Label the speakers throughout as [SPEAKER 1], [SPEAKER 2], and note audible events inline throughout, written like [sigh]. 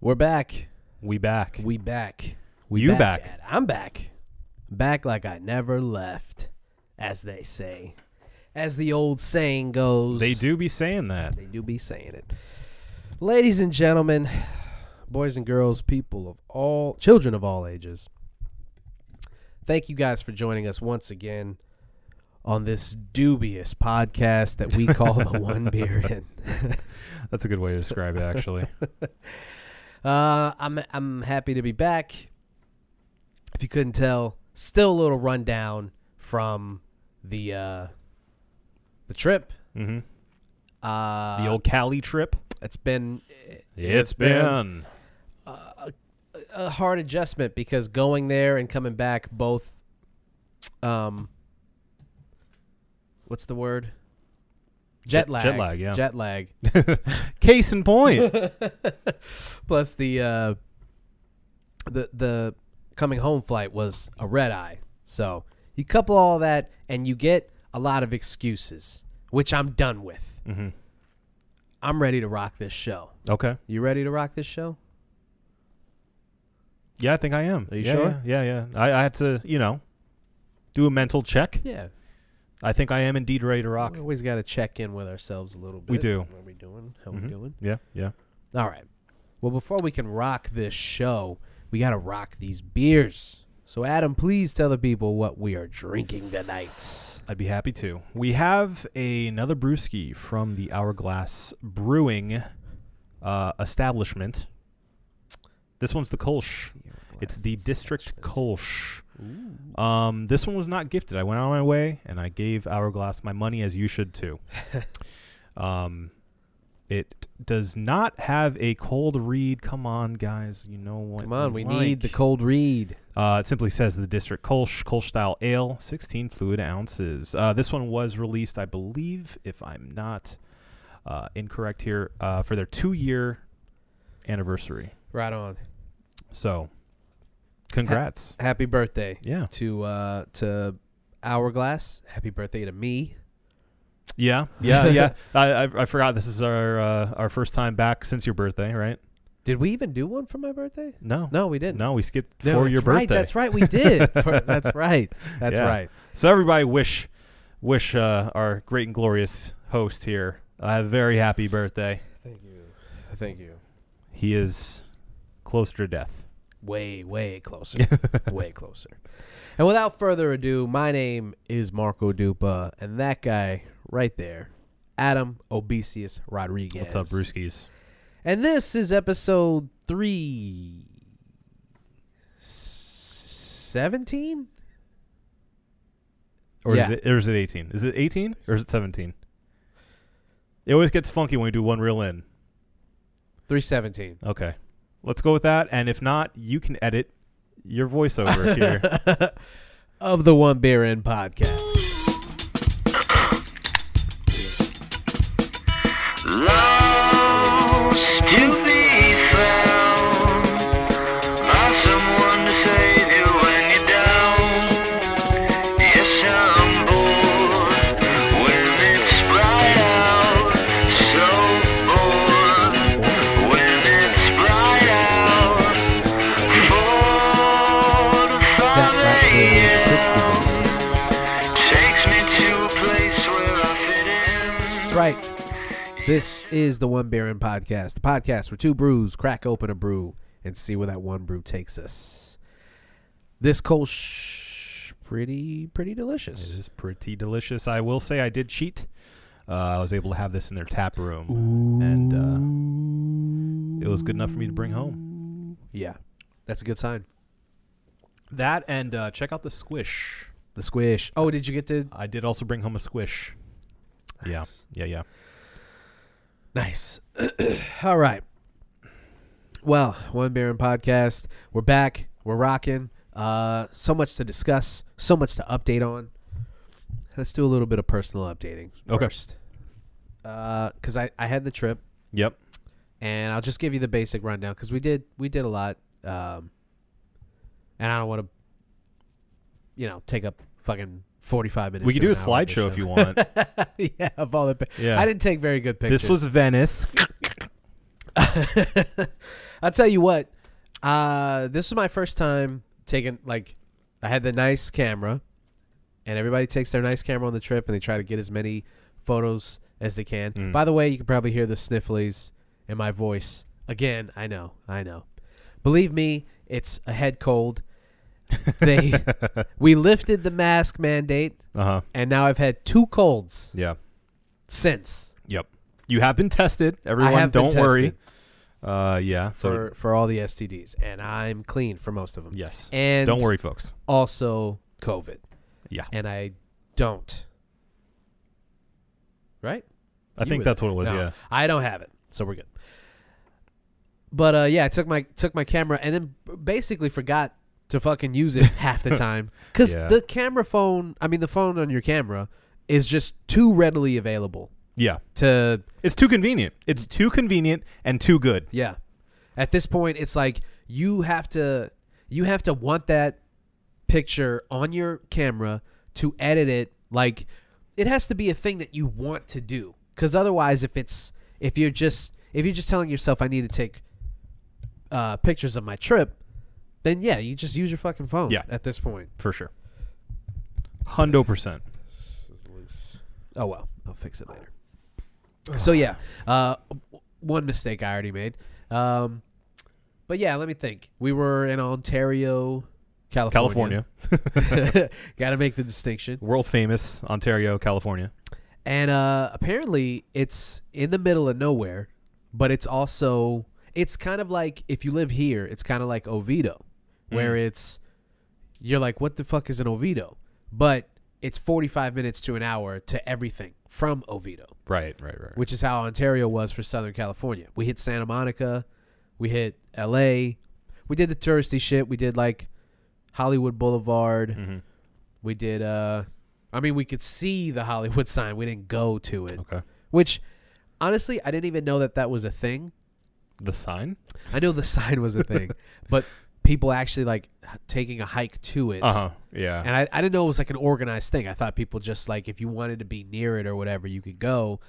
[SPEAKER 1] We're back.
[SPEAKER 2] We back.
[SPEAKER 1] We back.
[SPEAKER 2] you back.
[SPEAKER 1] at- I'm back. Back like I never left, as they say. As the old saying goes.
[SPEAKER 2] They do be saying that.
[SPEAKER 1] They do be saying it. Ladies and gentlemen, boys and girls, people of all children of all ages. Thank you guys for joining us once again on this dubious podcast that we call
[SPEAKER 2] [laughs]
[SPEAKER 1] the One Beer In.
[SPEAKER 2] That's a good way to describe it, [laughs] actually.
[SPEAKER 1] Uh, I'm I'm happy to be back. If you couldn't tell, still a little rundown from the uh, the trip.
[SPEAKER 2] hmm
[SPEAKER 1] Uh,
[SPEAKER 2] The old Cali trip.
[SPEAKER 1] it's been
[SPEAKER 2] It's been.
[SPEAKER 1] a hard adjustment because going there and coming back both um what's the word jet
[SPEAKER 2] Jet-
[SPEAKER 1] lag
[SPEAKER 2] jet lag, yeah.
[SPEAKER 1] jet lag
[SPEAKER 2] Case in [laughs] point.
[SPEAKER 1] plus the uh the the coming home flight was a red eye so you couple all that and you get a lot of excuses which i'm done with
[SPEAKER 2] hmm
[SPEAKER 1] i'm ready to rock this show
[SPEAKER 2] Okay.
[SPEAKER 1] you ready to rock this show
[SPEAKER 2] Yeah, I think I am.
[SPEAKER 1] Are you
[SPEAKER 2] Yeah,
[SPEAKER 1] sure?
[SPEAKER 2] Yeah, yeah. yeah. I, I had to, you know, do a mental check.
[SPEAKER 1] yeah
[SPEAKER 2] I think I am indeed ready to rock.
[SPEAKER 1] we always got to check in with ourselves a little bit
[SPEAKER 2] We do.
[SPEAKER 1] what are we doing how we
[SPEAKER 2] Mhm.
[SPEAKER 1] doing
[SPEAKER 2] Yeah, yeah.
[SPEAKER 1] All right. Well, before we can rock this show, we got to rock these beers. So, Adam, please tell the people what we are drinking tonight.
[SPEAKER 2] I'd be happy to. We have another brewski from the Hourglass Brewing uh, establishment. This one's the Kolsch. It's the District Kolsch. Um, this one was not gifted. I went on my way and I gave Hourglass my money as you should
[SPEAKER 1] [laughs]
[SPEAKER 2] too. um, it does not have a cold read. Come on, guys. You know what?
[SPEAKER 1] Come on, we
[SPEAKER 2] you
[SPEAKER 1] need the
[SPEAKER 2] like.
[SPEAKER 1] cold read.
[SPEAKER 2] Uh, it simply says the district Kolsch, Kolsch style ale, 16 fluid ounces. Uh, this one was released, I believe, if I'm not uh, incorrect here, uh, for their two year anniversary.
[SPEAKER 1] Right on.
[SPEAKER 2] So, congrats.
[SPEAKER 1] Happy birthday
[SPEAKER 2] yeah.
[SPEAKER 1] to uh, to Hourglass. Happy birthday to me.
[SPEAKER 2] Yeah. [laughs] Yeah. Yeah. I, I, I forgot this is our uh, our first time back since your birthday, right?
[SPEAKER 1] Did we even do one for my birthday?
[SPEAKER 2] No.
[SPEAKER 1] No, we didn't.
[SPEAKER 2] No, we skipped
[SPEAKER 1] No,
[SPEAKER 2] for
[SPEAKER 1] that's
[SPEAKER 2] your
[SPEAKER 1] right,
[SPEAKER 2] birthday.
[SPEAKER 1] that's right. We did.
[SPEAKER 2] [laughs]
[SPEAKER 1] For- that's right. That's
[SPEAKER 2] Yeah.
[SPEAKER 1] right.
[SPEAKER 2] So everybody wish wish uh, our great and glorious host here a very happy birthday.
[SPEAKER 1] Thank you. Thank you.
[SPEAKER 2] He is close to death.
[SPEAKER 1] way, way
[SPEAKER 2] [laughs]
[SPEAKER 1] closer. way closer. And without further ado, my name is Marco Dupa, and that guy right there, Adam Obesius Rodriguez.
[SPEAKER 2] What's up, Brewskis?
[SPEAKER 1] And this is episode three. 17?
[SPEAKER 2] Or
[SPEAKER 1] Yeah.
[SPEAKER 2] is it or is it eighteen? Is it eighteen or is it seventeen? It always gets funky when we do one reel in.
[SPEAKER 1] 317.
[SPEAKER 2] Okay. Let's go with that. And if not, you can edit
[SPEAKER 1] [laughs]
[SPEAKER 2] your voiceover here.
[SPEAKER 1] [laughs] of the One Beer In podcast.
[SPEAKER 3] Lost to be found by someone to save you when you're down. Yes, I'm bored when it's bright out. So bored when it's bright out. Four to
[SPEAKER 1] That uh, right there,
[SPEAKER 3] five
[SPEAKER 1] crispy
[SPEAKER 3] a.m.
[SPEAKER 1] baby.
[SPEAKER 3] takes me to a place where I fit in.
[SPEAKER 1] That's right. This is the One Beer In podcast, the podcast where two brews crack open a brew and see where that one brew takes us. This Kolsch, pretty, pretty
[SPEAKER 2] It
[SPEAKER 1] delicious.
[SPEAKER 2] is pretty delicious. I will say I did cheat. Uh, I was able to have this in their tap room, and uh, it was good enough for me to bring home.
[SPEAKER 1] Yeah, that's a good sign.
[SPEAKER 2] That and uh, check out the squish.
[SPEAKER 1] The squish. Oh, did you get to?
[SPEAKER 2] I did also bring home a squish. Yeah,
[SPEAKER 1] Nice.
[SPEAKER 2] yeah, yeah.
[SPEAKER 1] Nice. [clears throat] All right. Well, One Beer In podcast, we're back, we're rocking. Uh, so much to discuss, so much to update on. Let's do a little bit of personal updating
[SPEAKER 2] Okay.
[SPEAKER 1] first. Because I, I had the trip,
[SPEAKER 2] Yep.
[SPEAKER 1] and I'll just give you the basic rundown because we did we did a lot, um, and I don't want to, you know, take up fucking forty five minutes.
[SPEAKER 2] we could
[SPEAKER 1] to
[SPEAKER 2] do a
[SPEAKER 1] an hour on this
[SPEAKER 2] slideshow if
[SPEAKER 1] show.
[SPEAKER 2] you want.
[SPEAKER 1] [laughs] yeah, of all the. Pi-
[SPEAKER 2] Yeah.
[SPEAKER 1] [laughs] I didn't take very good pictures.
[SPEAKER 2] this was Venice.
[SPEAKER 1] [laughs] I tell you what, uh, this was my first time taking like I had the nice camera, and everybody takes their nice camera on the trip and they try to get as many photos as they can.
[SPEAKER 2] Mm.
[SPEAKER 1] By the way, you can probably hear the snifflies in my voice again. I know, I know. Believe me, it's a head
[SPEAKER 2] [laughs]
[SPEAKER 1] cold. They
[SPEAKER 2] uh
[SPEAKER 1] we lifted the mask mandate,
[SPEAKER 2] huh.
[SPEAKER 1] and now I've had two colds
[SPEAKER 2] Yeah.
[SPEAKER 1] since.
[SPEAKER 2] Yep. You have been tested. Everyone,
[SPEAKER 1] have been
[SPEAKER 2] don't worry.
[SPEAKER 1] tested.
[SPEAKER 2] Uh, yeah. So
[SPEAKER 1] for for all the STDs, and I'm clean for most of them.
[SPEAKER 2] yes.
[SPEAKER 1] And
[SPEAKER 2] don't worry, folks.
[SPEAKER 1] Also, COVID.
[SPEAKER 2] Yeah.
[SPEAKER 1] And I don't. Right?
[SPEAKER 2] I
[SPEAKER 1] You
[SPEAKER 2] think
[SPEAKER 1] would-
[SPEAKER 2] that's what it was.
[SPEAKER 1] No,
[SPEAKER 2] Yeah.
[SPEAKER 1] I don't have it, so we're good. But uh, yeah, I took my took my camera and then b- basically forgot to fucking use
[SPEAKER 2] [laughs]
[SPEAKER 1] it half the time because
[SPEAKER 2] Yeah.
[SPEAKER 1] the camera phone, I mean the phone on your camera, is just too readily available
[SPEAKER 2] Yeah.
[SPEAKER 1] to
[SPEAKER 2] It's too convenient. It's too convenient and too good.
[SPEAKER 1] Yeah. At this point, it's like you have to you have to want that picture on your camera to edit it. Like it has to be a thing that you want to do, because otherwise, if it's if you're just if you're just telling yourself I need to take uh, pictures of my trip, then yeah, you just use your fucking phone.
[SPEAKER 2] Yeah.
[SPEAKER 1] At this point.
[SPEAKER 2] For sure. Hundo percent.
[SPEAKER 1] Oh well, I'll fix it later. so yeah, uh, w- one mistake I already made. Um, but yeah, let me think. We were in Ontario, California.
[SPEAKER 2] California.
[SPEAKER 1] [laughs] Got to make the distinction.
[SPEAKER 2] World famous Ontario, California.
[SPEAKER 1] And uh, apparently, it's in the middle of nowhere, but it's also it's kind of like if you live here, it's kind of like Oviedo, where it's you're like, what the fuck is an Oviedo? But it's 45 minutes to an hour to everything from Oviedo.
[SPEAKER 2] Right, right, right.
[SPEAKER 1] which is how Ontario was for Southern California. We hit Santa Monica, we hit L.A., we did the touristy shit. We did like Hollywood Boulevard.
[SPEAKER 2] hmm
[SPEAKER 1] We did. uh I mean, we could see the Hollywood [laughs] sign. We didn't go to it,
[SPEAKER 2] Okay.
[SPEAKER 1] which honestly, I didn't even know that that was a thing.
[SPEAKER 2] The sign?
[SPEAKER 1] I know the [laughs] sign was a
[SPEAKER 2] [laughs]
[SPEAKER 1] thing, but people actually like h- taking a hike to it.
[SPEAKER 2] Uh huh. Yeah.
[SPEAKER 1] And I, I didn't know it was like an organized thing. I thought people just like if you wanted to be near it or whatever, you could go.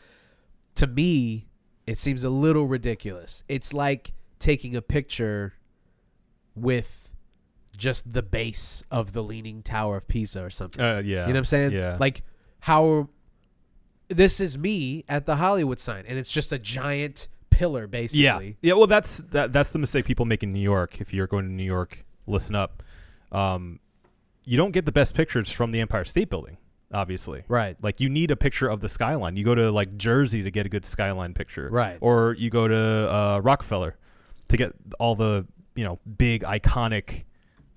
[SPEAKER 1] To me, it seems a little ridiculous. It's like taking a picture with just the base of the leaning tower of Pisa or something.
[SPEAKER 2] uh, yeah.
[SPEAKER 1] You know what I'm saying?
[SPEAKER 2] Yeah.
[SPEAKER 1] Like how this is me at the Hollywood sign and it's just a giant pillar
[SPEAKER 2] yeah.
[SPEAKER 1] basically.
[SPEAKER 2] Yeah. Well, that's that, that's the mistake people make in New York. If you're going to New York, listen up. Um, you don't get the best pictures from the Empire State Building, obviously.
[SPEAKER 1] Right.
[SPEAKER 2] Like you need a picture of the skyline. You go to like Jersey to get a good skyline picture,
[SPEAKER 1] Right.
[SPEAKER 2] Or you go to uh, Rockefeller to get all the you know big iconic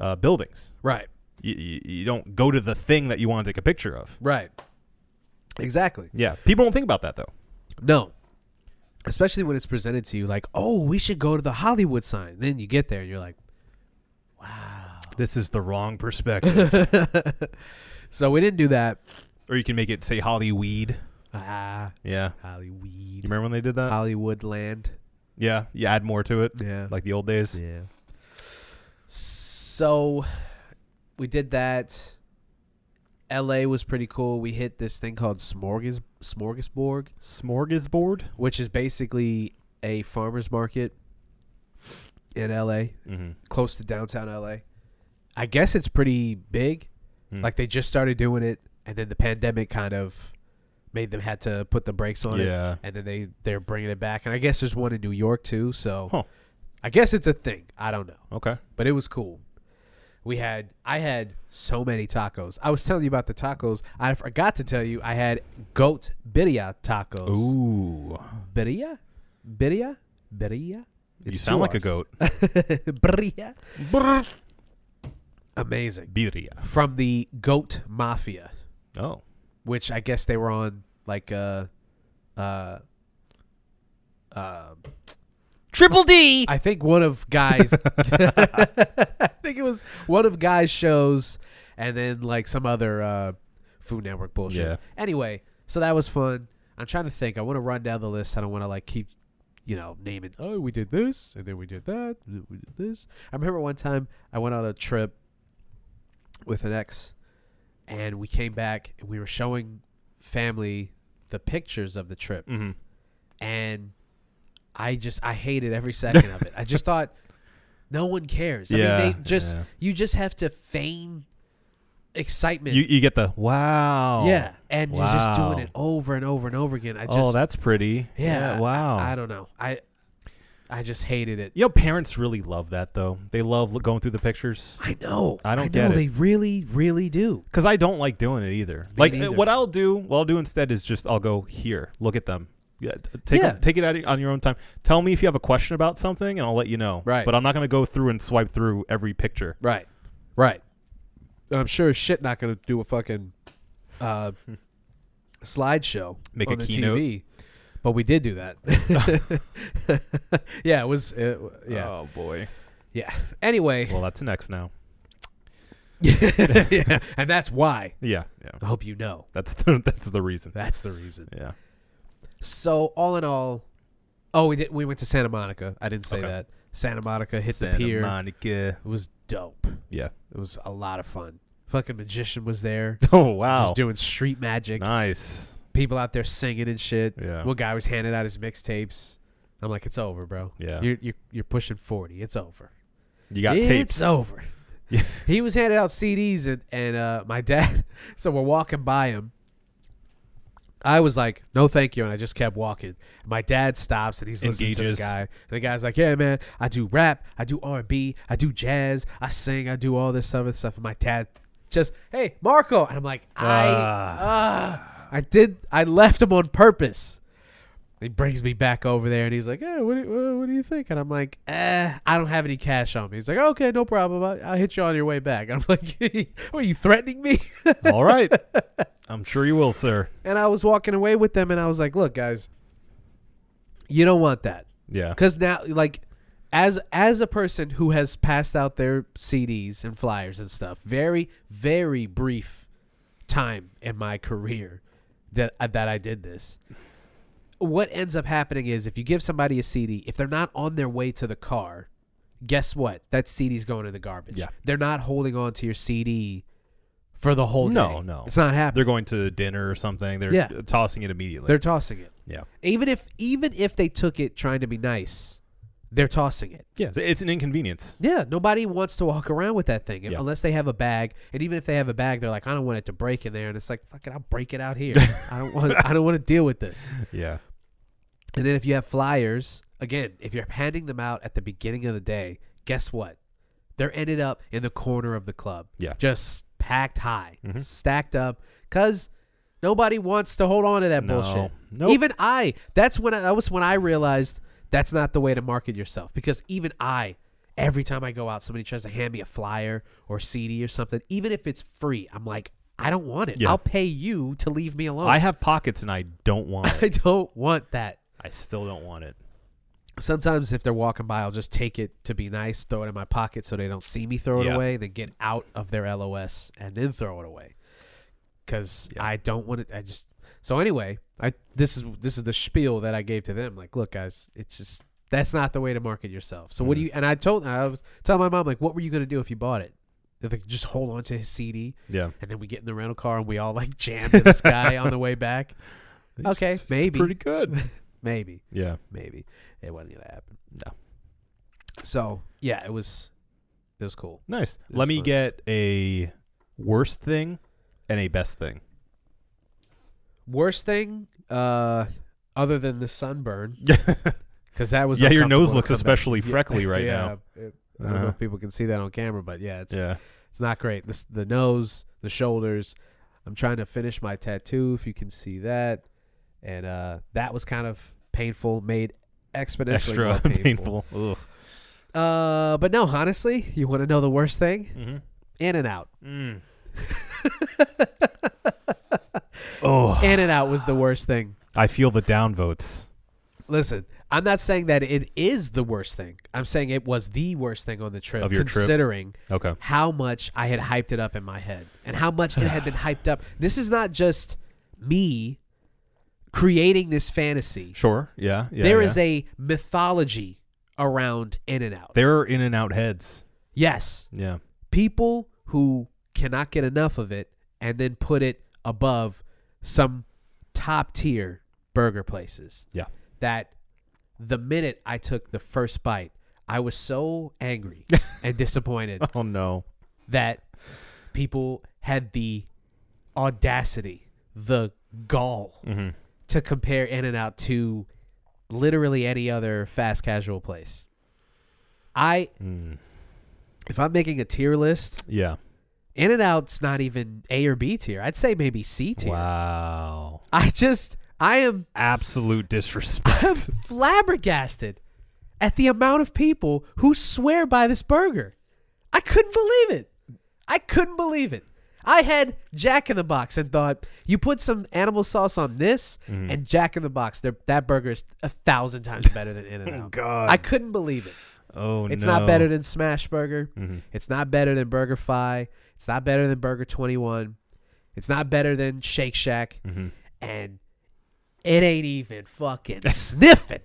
[SPEAKER 2] uh, buildings.
[SPEAKER 1] Right.
[SPEAKER 2] You, you, you don't go to the thing that you want to take a picture of.
[SPEAKER 1] Right. Exactly.
[SPEAKER 2] Yeah, people don't think about that though.
[SPEAKER 1] No. Especially when it's presented to you like, oh, we should go to the Hollywood sign. Then you get there and you're like, [laughs]
[SPEAKER 2] This is the wrong [laughs] perspective.
[SPEAKER 1] so we didn't do that.
[SPEAKER 2] or you can make it say Hollyweed.
[SPEAKER 1] Ah,
[SPEAKER 2] Yeah, you
[SPEAKER 1] Hollyweed.
[SPEAKER 2] remember when they did that?
[SPEAKER 1] Hollywood land.
[SPEAKER 2] yeah, you add more to it,
[SPEAKER 1] Yeah.
[SPEAKER 2] like the old days.
[SPEAKER 1] yeah. So we did that. LA was pretty cool. We hit this thing called Smorgas- Smorgasborg,
[SPEAKER 2] Smorgasbord.
[SPEAKER 1] which is basically a farmer's market in LA.
[SPEAKER 2] Mm-hmm.
[SPEAKER 1] close to downtown LA. I guess it's pretty big.
[SPEAKER 2] Mm.
[SPEAKER 1] Like they just started doing it, and then the pandemic kind of made them had to put the brakes on it,
[SPEAKER 2] Yeah.
[SPEAKER 1] and then they they're bringing it back. And I guess there's one in New York too. So
[SPEAKER 2] Huh.
[SPEAKER 1] I guess it's a thing. I don't know,
[SPEAKER 2] Okay.
[SPEAKER 1] but it was cool. We had I had so many tacos. I was telling you about the tacos. I forgot to tell you I had goat birria tacos.
[SPEAKER 2] Ooh.
[SPEAKER 1] birria, birria, birria.
[SPEAKER 2] you
[SPEAKER 1] It's
[SPEAKER 2] sound
[SPEAKER 1] two
[SPEAKER 2] like a
[SPEAKER 1] Rs.
[SPEAKER 2] goat.
[SPEAKER 1] [laughs] birria. Amazing.
[SPEAKER 2] Birria.
[SPEAKER 1] from the Goat Mafia,
[SPEAKER 2] Oh.
[SPEAKER 1] which I guess they were on like uh uh uh
[SPEAKER 2] Triple D.
[SPEAKER 1] I think one of guys [laughs] I think it was one of guys shows and then like some other uh Food Network bullshit.
[SPEAKER 2] Yeah.
[SPEAKER 1] Anyway, so that was fun. I'm trying to think. I want to run down the list. I don't want to like keep you know, naming oh we did this and then we did that and then we did this. I remember one time I went on a trip with an ex and we came back and we were showing family the pictures of the trip
[SPEAKER 2] Mm-hmm.
[SPEAKER 1] and I just I hated every second of it. I
[SPEAKER 2] [laughs]
[SPEAKER 1] just thought no one cares. I
[SPEAKER 2] Yeah,
[SPEAKER 1] mean, they just
[SPEAKER 2] yeah.
[SPEAKER 1] you just have to feign excitement.
[SPEAKER 2] You you get the wow.
[SPEAKER 1] yeah, and you're just
[SPEAKER 2] Wow.
[SPEAKER 1] doing it over and over and over again. I just
[SPEAKER 2] oh, that's pretty.
[SPEAKER 1] yeah, I-
[SPEAKER 2] wow.
[SPEAKER 1] I, don't know. I I just hated it.
[SPEAKER 2] you know, parents really love that though. They love lo- going through the pictures.
[SPEAKER 1] I know.
[SPEAKER 2] I don't
[SPEAKER 1] know,
[SPEAKER 2] get it.
[SPEAKER 1] They really, really do.
[SPEAKER 2] Because I don't like doing it either. like uh,
[SPEAKER 1] neither.
[SPEAKER 2] what I'll do, what I'll do instead is just I'll go here, look at them. Yeah, t- take
[SPEAKER 1] Yeah.
[SPEAKER 2] take it out on your own time. Tell me if you have a question about something, and I'll let you know.
[SPEAKER 1] Right.
[SPEAKER 2] But I'm not gonna go through and swipe through every picture.
[SPEAKER 1] Right. Right. I'm sure as shit not going to do a fucking uh, [laughs] slideshow.
[SPEAKER 2] Make a
[SPEAKER 1] on the
[SPEAKER 2] keynote.
[SPEAKER 1] TV, but we did do that. [laughs] yeah, it was. It, w- yeah.
[SPEAKER 2] Oh
[SPEAKER 1] [laughs]
[SPEAKER 2] boy.
[SPEAKER 1] Yeah. Anyway.
[SPEAKER 2] Well, that's next now.
[SPEAKER 1] [laughs] yeah. And that's why.
[SPEAKER 2] Yeah. Yeah.
[SPEAKER 1] I hope you know.
[SPEAKER 2] That's [laughs] the, that's the reason.
[SPEAKER 1] That's the reason.
[SPEAKER 2] Yeah.
[SPEAKER 1] So, all in all, oh, we did. We went to Santa Monica. I didn't say
[SPEAKER 2] Okay.
[SPEAKER 1] that. Santa Monica hit
[SPEAKER 2] Santa
[SPEAKER 1] the pier.
[SPEAKER 2] Monica.
[SPEAKER 1] it
[SPEAKER 2] [laughs]
[SPEAKER 1] was dope.
[SPEAKER 2] Yeah.
[SPEAKER 1] It was a lot of fun. Fucking magician was there.
[SPEAKER 2] Oh wow.
[SPEAKER 1] Just doing street magic.
[SPEAKER 2] nice.
[SPEAKER 1] people out there singing and shit.
[SPEAKER 2] Yeah.
[SPEAKER 1] One guy was handing out his mixtapes. I'm like, it's over, bro.
[SPEAKER 2] Yeah.
[SPEAKER 1] You're you're, you're pushing forty. It's over.
[SPEAKER 2] You got
[SPEAKER 1] it's
[SPEAKER 2] tapes.
[SPEAKER 1] over.
[SPEAKER 2] Yeah.
[SPEAKER 1] [laughs] He was handing out CDs and and uh, my dad. [laughs] So we're walking by him. I was like, no, thank you, and I just kept walking. My dad stops and he's listening
[SPEAKER 2] Engages.
[SPEAKER 1] to the guy, and the guy's like, yeah, man, I do rap, I do R and B, I do jazz, I sing, I do all this other stuff. And my dad just, hey, Marco, and I'm like, I, ah, I did, I left him on purpose. He brings me back over there and he's like, "Yeah, what do you, uh, what do you think?" And I'm like, "Eh, I don't have any cash on me." He's like, "Okay, no problem. I'll, I'll hit you on your way back." And I'm like, [laughs] "What, "Are you threatening me?" [laughs]
[SPEAKER 2] All right. [laughs] I'm sure you will, sir.
[SPEAKER 1] and I was walking away with them and I was like, "Look, guys, you don't want that."
[SPEAKER 2] Yeah.
[SPEAKER 1] Cuz now like as as a person who has passed out their CDs and flyers and stuff, very very brief time in my career that uh, that I did this. What ends up happening is if you give somebody a CD, if they're not on their way to the car, guess what? That CD's going in the garbage.
[SPEAKER 2] Yeah.
[SPEAKER 1] They're not holding on to your CD for the whole day.
[SPEAKER 2] No, no.
[SPEAKER 1] It's not happening.
[SPEAKER 2] They're going to dinner or something. They're
[SPEAKER 1] Yeah.
[SPEAKER 2] tossing it immediately.
[SPEAKER 1] They're tossing it.
[SPEAKER 2] yeah.
[SPEAKER 1] Even if even if they took it trying to be nice, they're tossing it.
[SPEAKER 2] Yeah. It's- It's an inconvenience.
[SPEAKER 1] Yeah, nobody wants to walk around with that thing
[SPEAKER 2] Yeah.
[SPEAKER 1] unless they have a bag. And even if they have a bag, they're like, I don't want it to break in there. And it's like, fuck it, I'll break it out here. I don't want I don't want to deal with this.
[SPEAKER 2] Yeah.
[SPEAKER 1] And then if you have flyers, again, if you're handing them out at the beginning of the day, guess what? They're ended up in the corner of the club.
[SPEAKER 2] Yeah.
[SPEAKER 1] Just packed high,
[SPEAKER 2] Mhm.
[SPEAKER 1] stacked up, because nobody wants to hold on to that
[SPEAKER 2] No.
[SPEAKER 1] bullshit.
[SPEAKER 2] Nope.
[SPEAKER 1] Even I, that's when I, that was when I realized that's not the way to market yourself because even I, every time I go out, somebody tries to hand me a flyer or CD or something, even if it's free, I'm like, I don't want it.
[SPEAKER 2] Yeah.
[SPEAKER 1] I'll pay you to leave me alone.
[SPEAKER 2] I have pockets and I don't want
[SPEAKER 1] [laughs]
[SPEAKER 2] it.
[SPEAKER 1] I don't want that.
[SPEAKER 2] I still don't want it.
[SPEAKER 1] sometimes if they're walking by, I'll just take it to be nice, throw it in my pocket so they don't see me throw it
[SPEAKER 2] Yeah.
[SPEAKER 1] away, then get out of their LOS and then throw it away. Cause
[SPEAKER 2] Yeah.
[SPEAKER 1] I don't want it. I just so anyway. I this is this is the spiel that I gave to them. Like, look, guys, it's just that's not the way to market yourself. So
[SPEAKER 2] Mm.
[SPEAKER 1] what do you? And I told I was telling my mom like, what were you gonna do if you bought it? They're like, just hold on to his CD,
[SPEAKER 2] Yeah.
[SPEAKER 1] and then we get in the rental car and we all like [laughs] jam to this guy on the way back. Okay,
[SPEAKER 2] [laughs] It's- it's
[SPEAKER 1] maybe.
[SPEAKER 2] pretty good.
[SPEAKER 1] Maybe
[SPEAKER 2] [laughs] yeah.
[SPEAKER 1] maybe it wasn't gonna happen.
[SPEAKER 2] No.
[SPEAKER 1] So yeah, it was it was cool.
[SPEAKER 2] Nice.
[SPEAKER 1] It's
[SPEAKER 2] Let me
[SPEAKER 1] fun.
[SPEAKER 2] get a worst thing and a best [laughs] thing.
[SPEAKER 1] Worst thing, uh, other than the sunburn,
[SPEAKER 2] Uh-huh.
[SPEAKER 1] because that was
[SPEAKER 2] yeah, your nose
[SPEAKER 1] uncomfortable to
[SPEAKER 2] looks
[SPEAKER 1] come back.
[SPEAKER 2] especially
[SPEAKER 1] Yeah,
[SPEAKER 2] freckly
[SPEAKER 1] [laughs]
[SPEAKER 2] right
[SPEAKER 1] yeah, it- I don't know
[SPEAKER 2] Uh-huh.
[SPEAKER 1] if people can see that on camera, but yeah, it's
[SPEAKER 2] now. Yeah.
[SPEAKER 1] it's not great. This the nose, the shoulders. I'm trying to finish my tattoo, if you can see that, and uh, that was kind of painful, made exponentially
[SPEAKER 2] Extra [laughs]
[SPEAKER 1] more painful.
[SPEAKER 2] painful. Ugh.
[SPEAKER 1] Uh, but no, honestly, you want to know the worst thing?
[SPEAKER 2] Mhm.
[SPEAKER 1] In and out.
[SPEAKER 2] Mm.
[SPEAKER 1] [laughs]
[SPEAKER 2] oh,
[SPEAKER 1] In and out was the worst thing.
[SPEAKER 2] I feel the downvotes.
[SPEAKER 1] Listen, I'm not saying that it is the worst thing. I'm saying it was the worst thing on the trip,
[SPEAKER 2] Of your trip.
[SPEAKER 1] considering
[SPEAKER 2] Okay.
[SPEAKER 1] how much I had hyped it up in my head and how much it had
[SPEAKER 2] [sighs]
[SPEAKER 1] been hyped up. This is not just me creating this fantasy.
[SPEAKER 2] Sure. Yeah. yeah
[SPEAKER 1] There
[SPEAKER 2] yeah.
[SPEAKER 1] is a mythology around In and Out.
[SPEAKER 2] There are in and out heads.
[SPEAKER 1] Yes,
[SPEAKER 2] Yeah.
[SPEAKER 1] people who cannot get enough of it and then put it above some top tier burger places.
[SPEAKER 2] Yeah.
[SPEAKER 1] that the minute I took the first bite, I was so angry and disappointed
[SPEAKER 2] Oh no.
[SPEAKER 1] that people had the audacity, the gall
[SPEAKER 2] Mm-hmm.
[SPEAKER 1] to compare In N Out to literally any other fast casual place. I if I'm making a tier list,
[SPEAKER 2] Yeah.
[SPEAKER 1] In N Out's not even A or B tier. I'd say maybe C tier.
[SPEAKER 2] Wow.
[SPEAKER 1] I just I am [laughs]
[SPEAKER 2] Absolute disrespect. [laughs]
[SPEAKER 1] I'm flabbergasted at the amount of people who swear by this burger. I couldn't believe it. I couldn't believe it. I had Jack in the Box and thought, you put some animal sauce on this
[SPEAKER 2] Mm-hmm.
[SPEAKER 1] and Jack in the Box. they're- That burger is a thousand times better than
[SPEAKER 2] [laughs]
[SPEAKER 1] In and Out.
[SPEAKER 2] God.
[SPEAKER 1] Oh, I couldn't believe it.
[SPEAKER 2] Oh
[SPEAKER 1] It's
[SPEAKER 2] no. Mm-hmm.
[SPEAKER 1] not better than Smash Burger. It's not better than Burger Fi. It's not better than Burger 21. It's not better than Shake Shack.
[SPEAKER 2] Mm-hmm.
[SPEAKER 1] And it ain't even
[SPEAKER 2] [laughs]
[SPEAKER 1] fucking sniffing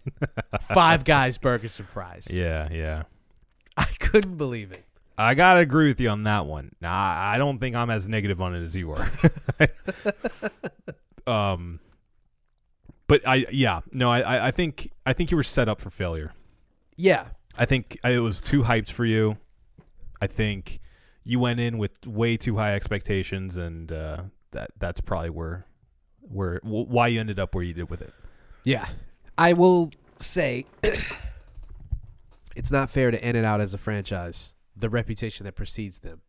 [SPEAKER 1] Five Guys Burgers and Fries.
[SPEAKER 2] Yeah, yeah.
[SPEAKER 1] I couldn't believe it.
[SPEAKER 2] I gotta agree with you on that one. Now, I I don't think I'm as negative on it as you are. [laughs] um, but I, yeah, no, I- I, I think, I think you were set up for failure.
[SPEAKER 1] Yeah.
[SPEAKER 2] I think it was too hyped for you. I think you went in with way too high expectations, and uh, that that's probably where, where w- why you ended up where you did with it.
[SPEAKER 1] Yeah. I will say [coughs] it's not fair to end it out as a franchise, the reputation that precedes them.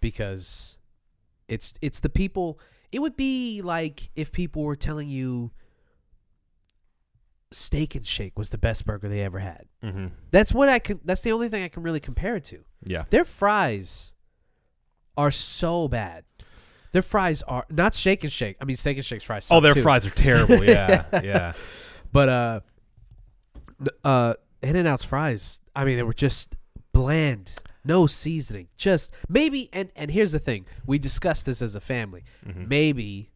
[SPEAKER 1] Because it's it's the people it would be like if people were telling you steak and shake was the best burger they ever had.
[SPEAKER 2] Mm-hmm.
[SPEAKER 1] That's what I can that's the only thing I can really compare it to.
[SPEAKER 2] Yeah.
[SPEAKER 1] Their fries are so bad. Their fries are not shake and shake. I mean steak and shake's fries.
[SPEAKER 2] Oh,
[SPEAKER 1] suck,
[SPEAKER 2] their
[SPEAKER 1] too.
[SPEAKER 2] fries
[SPEAKER 1] [laughs]
[SPEAKER 2] are terrible. Yeah, yeah.
[SPEAKER 1] But uh, n- uh, In and Out's fries. I mean, they were just bland, no seasoning. Just maybe. And and here's the thing: we discussed this as a family.
[SPEAKER 2] Mm-hmm.
[SPEAKER 1] Maybe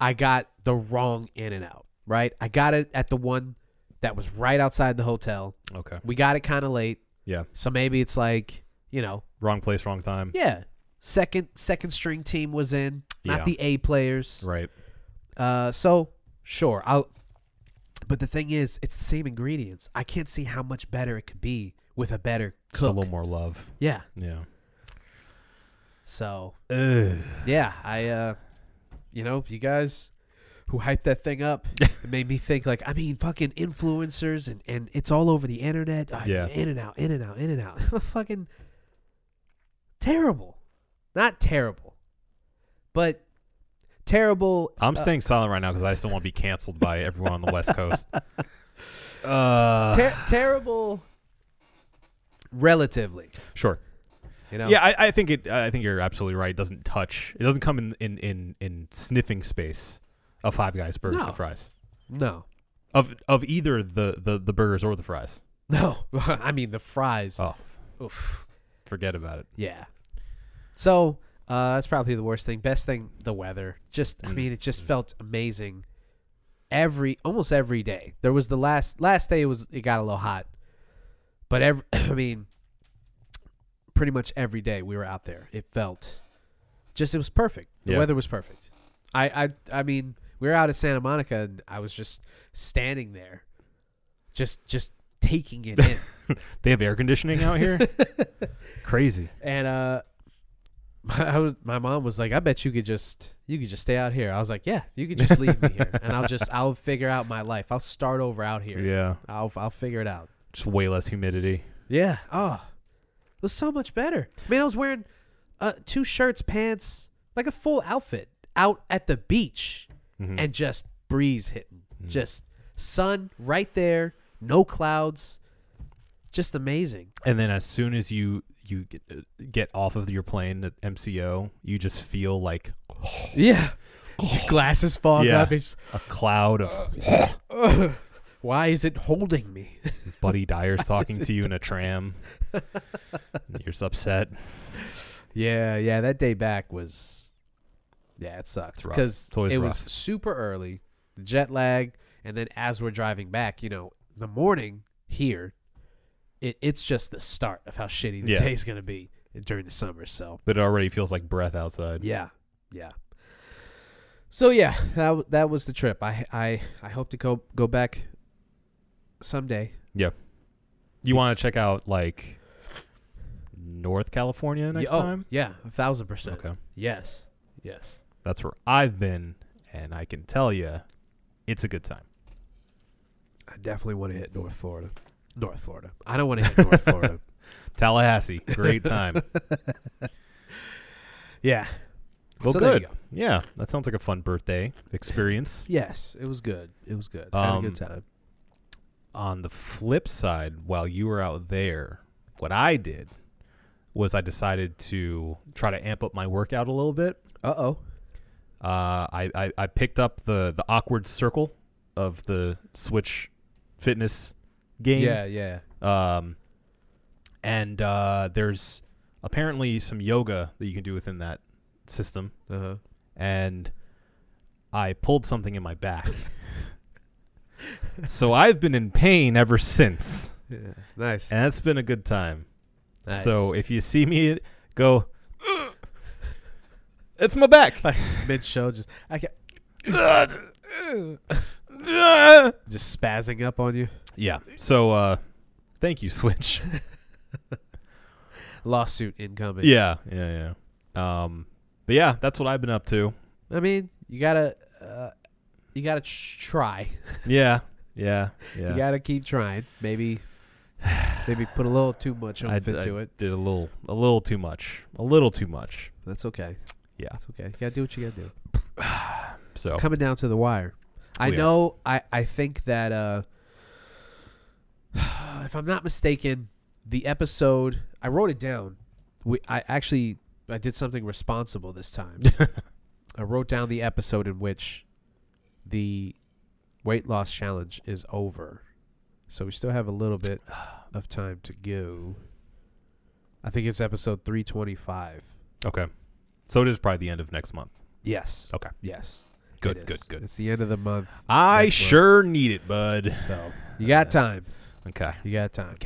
[SPEAKER 1] I got the wrong In and Out. Right? I got it at the one that was right outside the hotel.
[SPEAKER 2] Okay.
[SPEAKER 1] We got it kind of late,
[SPEAKER 2] Yeah.
[SPEAKER 1] so maybe it's like you know,
[SPEAKER 2] Wrong place, wrong time.
[SPEAKER 1] yeah. Second second string team was in, not
[SPEAKER 2] Yeah.
[SPEAKER 1] the A players.
[SPEAKER 2] Right.
[SPEAKER 1] Uh, so sure, I'll. But the thing is, it's the same ingredients. I can't see how much better it could be with a better
[SPEAKER 2] Just a
[SPEAKER 1] cook.
[SPEAKER 2] little more love.
[SPEAKER 1] Yeah.
[SPEAKER 2] Yeah.
[SPEAKER 1] So
[SPEAKER 2] Ugh.
[SPEAKER 1] yeah, I. Uh, you know, you guys who hyped that thing up it made me think like I mean, fucking influencers and and it's all over the internet. Ah,
[SPEAKER 2] Yeah.
[SPEAKER 1] In and out, in and out, in and out. [laughs] fucking terrible. Not terrible, but terrible.
[SPEAKER 2] I'm staying silent right now because I still want to be canceled by everyone on the West Coast. [laughs] Uh,
[SPEAKER 1] Ter- terrible. Relatively,
[SPEAKER 2] sure.
[SPEAKER 1] you know.
[SPEAKER 2] Yeah, I, I think it. I think you're absolutely right. It doesn't touch. It doesn't come in in in, in sniffing space of Five Guys burgers
[SPEAKER 1] No.
[SPEAKER 2] and fries
[SPEAKER 1] No. [laughs]
[SPEAKER 2] of of either the, the the burgers or the fries.
[SPEAKER 1] No. I mean the fries.
[SPEAKER 2] Oh,
[SPEAKER 1] Oof.
[SPEAKER 2] forget about it.
[SPEAKER 1] Yeah. So uh, that's probably the worst thing. Best thing, the weather. Just I
[SPEAKER 2] Mm.
[SPEAKER 1] mean, it just felt amazing. Every almost every day. There was the last last day. It was it got a little hot, but every [clears throat] I mean, pretty much every day we were out there. It felt just it was perfect. The
[SPEAKER 2] Yeah.
[SPEAKER 1] weather was perfect. I I I mean, we were out at Santa Monica, and I was just standing there, just just taking it
[SPEAKER 2] [laughs]
[SPEAKER 1] in.
[SPEAKER 2] They have air conditioning
[SPEAKER 1] [laughs]
[SPEAKER 2] out here. Crazy.
[SPEAKER 1] And uh, [laughs] I was, my mom was like, "I bet you could just you could just stay out here." I was like, "Yeah, you could just leave me here, and I'll just I'll figure out my life. I'll start over out here.
[SPEAKER 2] Yeah,
[SPEAKER 1] I'll I'll figure it out."
[SPEAKER 2] just way less humidity.
[SPEAKER 1] Yeah. Oh, it was so much better. I mean, I was wearing uh, two shirts, pants, like a full outfit out at the beach,
[SPEAKER 2] Mm-hmm.
[SPEAKER 1] and just breeze hitting, just sun right there, no clouds, just amazing.
[SPEAKER 2] And then as soon as you you get, get off of your plane at MCO, you just feel like
[SPEAKER 1] Yeah. Your [laughs] glasses fog
[SPEAKER 2] Yeah.
[SPEAKER 1] up. It's
[SPEAKER 2] a cloud
[SPEAKER 1] [laughs]
[SPEAKER 2] of
[SPEAKER 1] Ugh, [laughs] why is it holding me? [laughs]
[SPEAKER 2] Buddy Dyer's talking to you in a tram. You're just upset.
[SPEAKER 1] yeah, yeah, that day back was yeah, it sucked
[SPEAKER 2] It's rough.
[SPEAKER 1] because
[SPEAKER 2] It's always
[SPEAKER 1] it
[SPEAKER 2] rough.
[SPEAKER 1] was super early, jet lag, and then as we're driving back, you know, the morning here, it, it's just the start of how shitty the
[SPEAKER 2] Yeah.
[SPEAKER 1] day's gonna be during the summer. So
[SPEAKER 2] But it already feels like breath outside.
[SPEAKER 1] yeah, yeah. So yeah, that w- that was the trip. I I I hope to go go back someday.
[SPEAKER 2] You want to check out like North California next
[SPEAKER 1] yeah, oh,
[SPEAKER 2] time?
[SPEAKER 1] yeah, a thousand percent.
[SPEAKER 2] Okay.
[SPEAKER 1] Yes, yes.
[SPEAKER 2] That's where I've been, and I can tell you, it's a good time.
[SPEAKER 1] I definitely want to hit North Florida. North Florida. I don't want [laughs] to hit North Florida.
[SPEAKER 2] Tallahassee,
[SPEAKER 1] [laughs]
[SPEAKER 2] great time.
[SPEAKER 1] Yeah.
[SPEAKER 2] well,
[SPEAKER 1] So there you
[SPEAKER 2] good.
[SPEAKER 1] go.
[SPEAKER 2] Yeah, that sounds like a fun birthday experience.
[SPEAKER 1] Yes, it was good. It was good. Had a good
[SPEAKER 2] Um,
[SPEAKER 1] time.
[SPEAKER 2] On the flip side, while you were out there, what I did was I decided to try to amp up my workout a little bit.
[SPEAKER 1] Uh oh.
[SPEAKER 2] Uh, I, I I picked up the the awkward circle of the Switch fitness game.
[SPEAKER 1] Yeah, yeah.
[SPEAKER 2] Um, and uh, there's apparently some yoga that you can do within that system.
[SPEAKER 1] Uh huh.
[SPEAKER 2] And I pulled something in my back. so I've been in pain ever since.
[SPEAKER 1] Yeah. Nice.
[SPEAKER 2] And that's been a good time.
[SPEAKER 1] Nice. [laughs]
[SPEAKER 2] So if you see me go, it's my back.
[SPEAKER 1] mid show, just I [laughs] can just spazzing up on you.
[SPEAKER 2] [laughs] yeah. So uh, [laughs] thank you, Switch.
[SPEAKER 1] Lawsuit incoming.
[SPEAKER 2] yeah. Yeah. Yeah. Um, but yeah, that's what I've been up [laughs] to.
[SPEAKER 1] I mean, you gotta, uh, you gotta tr- try.
[SPEAKER 2] Yeah. Yeah. Yeah.
[SPEAKER 1] You gotta keep trying. Maybe, maybe put a little too much
[SPEAKER 2] I
[SPEAKER 1] oomph
[SPEAKER 2] d-
[SPEAKER 1] into
[SPEAKER 2] I
[SPEAKER 1] it.
[SPEAKER 2] Did a little, a little too much, a little too much.
[SPEAKER 1] That's okay.
[SPEAKER 2] Yeah.
[SPEAKER 1] That's okay. You gotta do what you gotta do.
[SPEAKER 2] So
[SPEAKER 1] Coming down to the wire. I
[SPEAKER 2] We are.
[SPEAKER 1] know. I I think that uh, [sighs] if I'm not mistaken, the episode I wrote it down. We I actually I did something responsible this
[SPEAKER 2] [laughs]
[SPEAKER 1] time. I wrote down the episode in which the weight loss challenge is over. So we still have a little
[SPEAKER 2] [sighs]
[SPEAKER 1] bit of time to go. I think it's episode 325.
[SPEAKER 2] okay, so it is probably the end of next month.
[SPEAKER 1] Yes.
[SPEAKER 2] Okay.
[SPEAKER 1] Yes. it
[SPEAKER 2] Good,
[SPEAKER 1] is.
[SPEAKER 2] good, good.
[SPEAKER 1] It's the end of the month.
[SPEAKER 2] I
[SPEAKER 1] Next month.
[SPEAKER 2] sure need it, bud.
[SPEAKER 1] So you got time.
[SPEAKER 2] Okay,
[SPEAKER 1] You got time.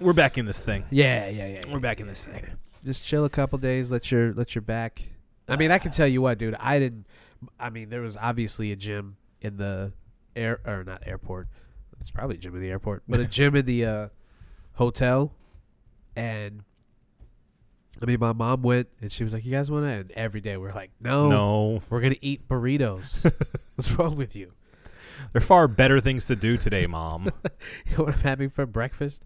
[SPEAKER 2] we're back in this thing.
[SPEAKER 1] Yeah, yeah, yeah. yeah.
[SPEAKER 2] We're back in this thing.
[SPEAKER 1] Just chill a couple days. Let your let your back. I mean, I can tell you what, dude. I didn't. I mean, there was obviously a gym in the air or not airport. It's probably a gym in the airport, but a gym in the uh, hotel. And I mean, my mom went and she was like, "You guys want to?" And every day we're like, "No,
[SPEAKER 2] No,
[SPEAKER 1] we're gonna eat burritos." What's wrong with you? [laughs]
[SPEAKER 2] there are far better things to do today, [laughs] Mom.
[SPEAKER 1] You know what I'm having for breakfast?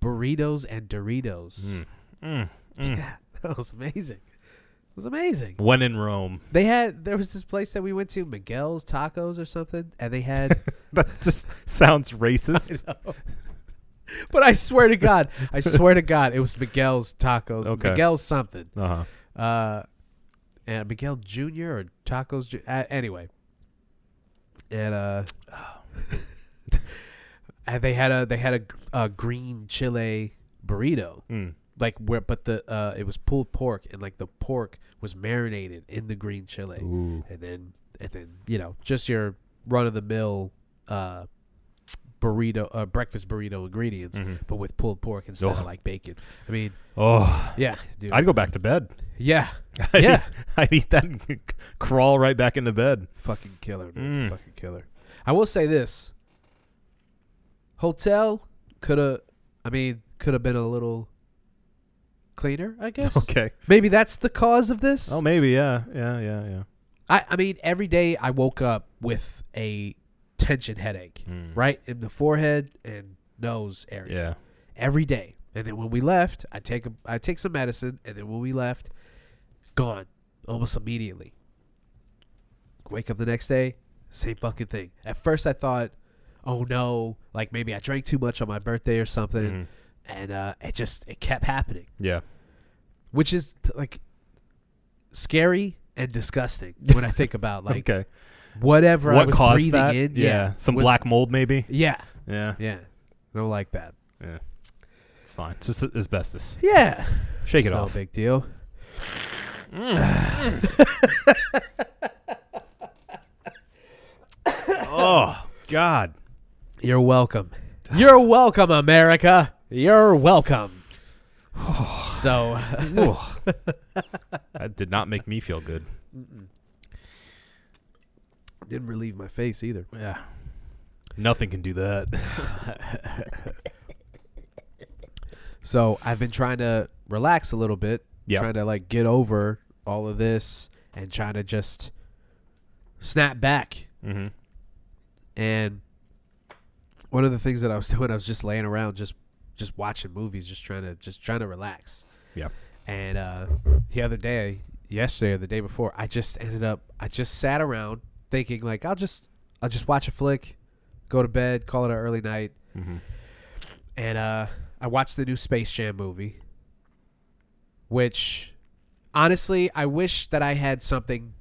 [SPEAKER 1] Burritos and Doritos.
[SPEAKER 2] Mm, mm, mm.
[SPEAKER 1] Yeah, [laughs] that was amazing. It was amazing.
[SPEAKER 2] When in Rome,
[SPEAKER 1] They had there was this place that we went to, Miguel's Tacos or something, and they had.
[SPEAKER 2] [laughs] that just sounds [laughs] racist.
[SPEAKER 1] [laughs] but I swear to God, I swear to God, it was Miguel's Tacos.
[SPEAKER 2] Okay.
[SPEAKER 1] Miguel's something.
[SPEAKER 2] Uh huh.
[SPEAKER 1] Uh, and Miguel Junior or Tacos. Ju- uh, anyway, and uh, [laughs] and they had a they had a, a green chile burrito.
[SPEAKER 2] Mm.
[SPEAKER 1] like where but the uh it was pulled pork and like the pork was marinated in the green chili
[SPEAKER 2] Ooh.
[SPEAKER 1] and then and then you know just your run of the mill uh burrito uh, breakfast burrito ingredients
[SPEAKER 2] Mhm.
[SPEAKER 1] but with pulled pork instead of
[SPEAKER 2] Ugh.
[SPEAKER 1] like bacon i mean
[SPEAKER 2] Oh,
[SPEAKER 1] yeah dude
[SPEAKER 2] I'd go back to bed.
[SPEAKER 1] yeah
[SPEAKER 2] [laughs] I'd
[SPEAKER 1] Yeah.
[SPEAKER 2] eat- I'd eat that and [laughs] crawl right back into bed.
[SPEAKER 1] fucking killer
[SPEAKER 2] Mm.
[SPEAKER 1] man. fucking killer i will say this hotel could have i mean could have been a little cleaner i guess
[SPEAKER 2] [laughs] Okay.
[SPEAKER 1] maybe that's the cause of this
[SPEAKER 2] Oh, maybe. Yeah. Yeah. Yeah. Yeah.
[SPEAKER 1] I, I mean, every day I woke up with a tension headache,
[SPEAKER 2] Mm.
[SPEAKER 1] right? In the forehead and nose area.
[SPEAKER 2] Yeah.
[SPEAKER 1] Every day. And then when we left, I take a, I take some medicine, and then when we left, gone almost immediately. Wake up the next day, same fucking thing. At first, I thought, oh no, like maybe I drank too much on my birthday or something,
[SPEAKER 2] Mhm.
[SPEAKER 1] and uh, it just it kept happening
[SPEAKER 2] Yeah.
[SPEAKER 1] which is t- like scary and
[SPEAKER 2] [laughs]
[SPEAKER 1] disgusting when I think about like
[SPEAKER 2] okay.
[SPEAKER 1] whatever I
[SPEAKER 2] what
[SPEAKER 1] was
[SPEAKER 2] caused
[SPEAKER 1] breathing
[SPEAKER 2] that?
[SPEAKER 1] in.
[SPEAKER 2] yeah.
[SPEAKER 1] Yeah,
[SPEAKER 2] Some
[SPEAKER 1] was-
[SPEAKER 2] black mold, maybe.
[SPEAKER 1] Yeah,
[SPEAKER 2] Yeah.
[SPEAKER 1] yeah. I don't like that.
[SPEAKER 2] It's fine. It's just asbestos.
[SPEAKER 1] Yeah,
[SPEAKER 2] Shake it
[SPEAKER 1] no
[SPEAKER 2] off.
[SPEAKER 1] big deal.
[SPEAKER 2] oh God.
[SPEAKER 1] You're
[SPEAKER 2] [sighs]
[SPEAKER 1] welcome. You're welcome, America. You're welcome.
[SPEAKER 2] [sighs]
[SPEAKER 1] so, [laughs]
[SPEAKER 2] That did not make me feel good.
[SPEAKER 1] didn't relieve my face either.
[SPEAKER 2] Yeah. Nothing can do [laughs] that.
[SPEAKER 1] So I've been trying to relax a little bit,
[SPEAKER 2] Yeah.
[SPEAKER 1] trying to like get over all of this and trying to just snap back.
[SPEAKER 2] mm-hmm.
[SPEAKER 1] And one of the things that I was [laughs] doing, I was just laying around, just just watching movies, just trying to just trying to relax.
[SPEAKER 2] Yeah.
[SPEAKER 1] And uh, the other day, yesterday or the day before, I just ended up I just sat around thinking like I'll just I'll just watch a flick, go to bed, call it an early night,
[SPEAKER 2] Mm-hmm.
[SPEAKER 1] and uh, I watched the new Space Jam movie, which honestly, I wish that I had something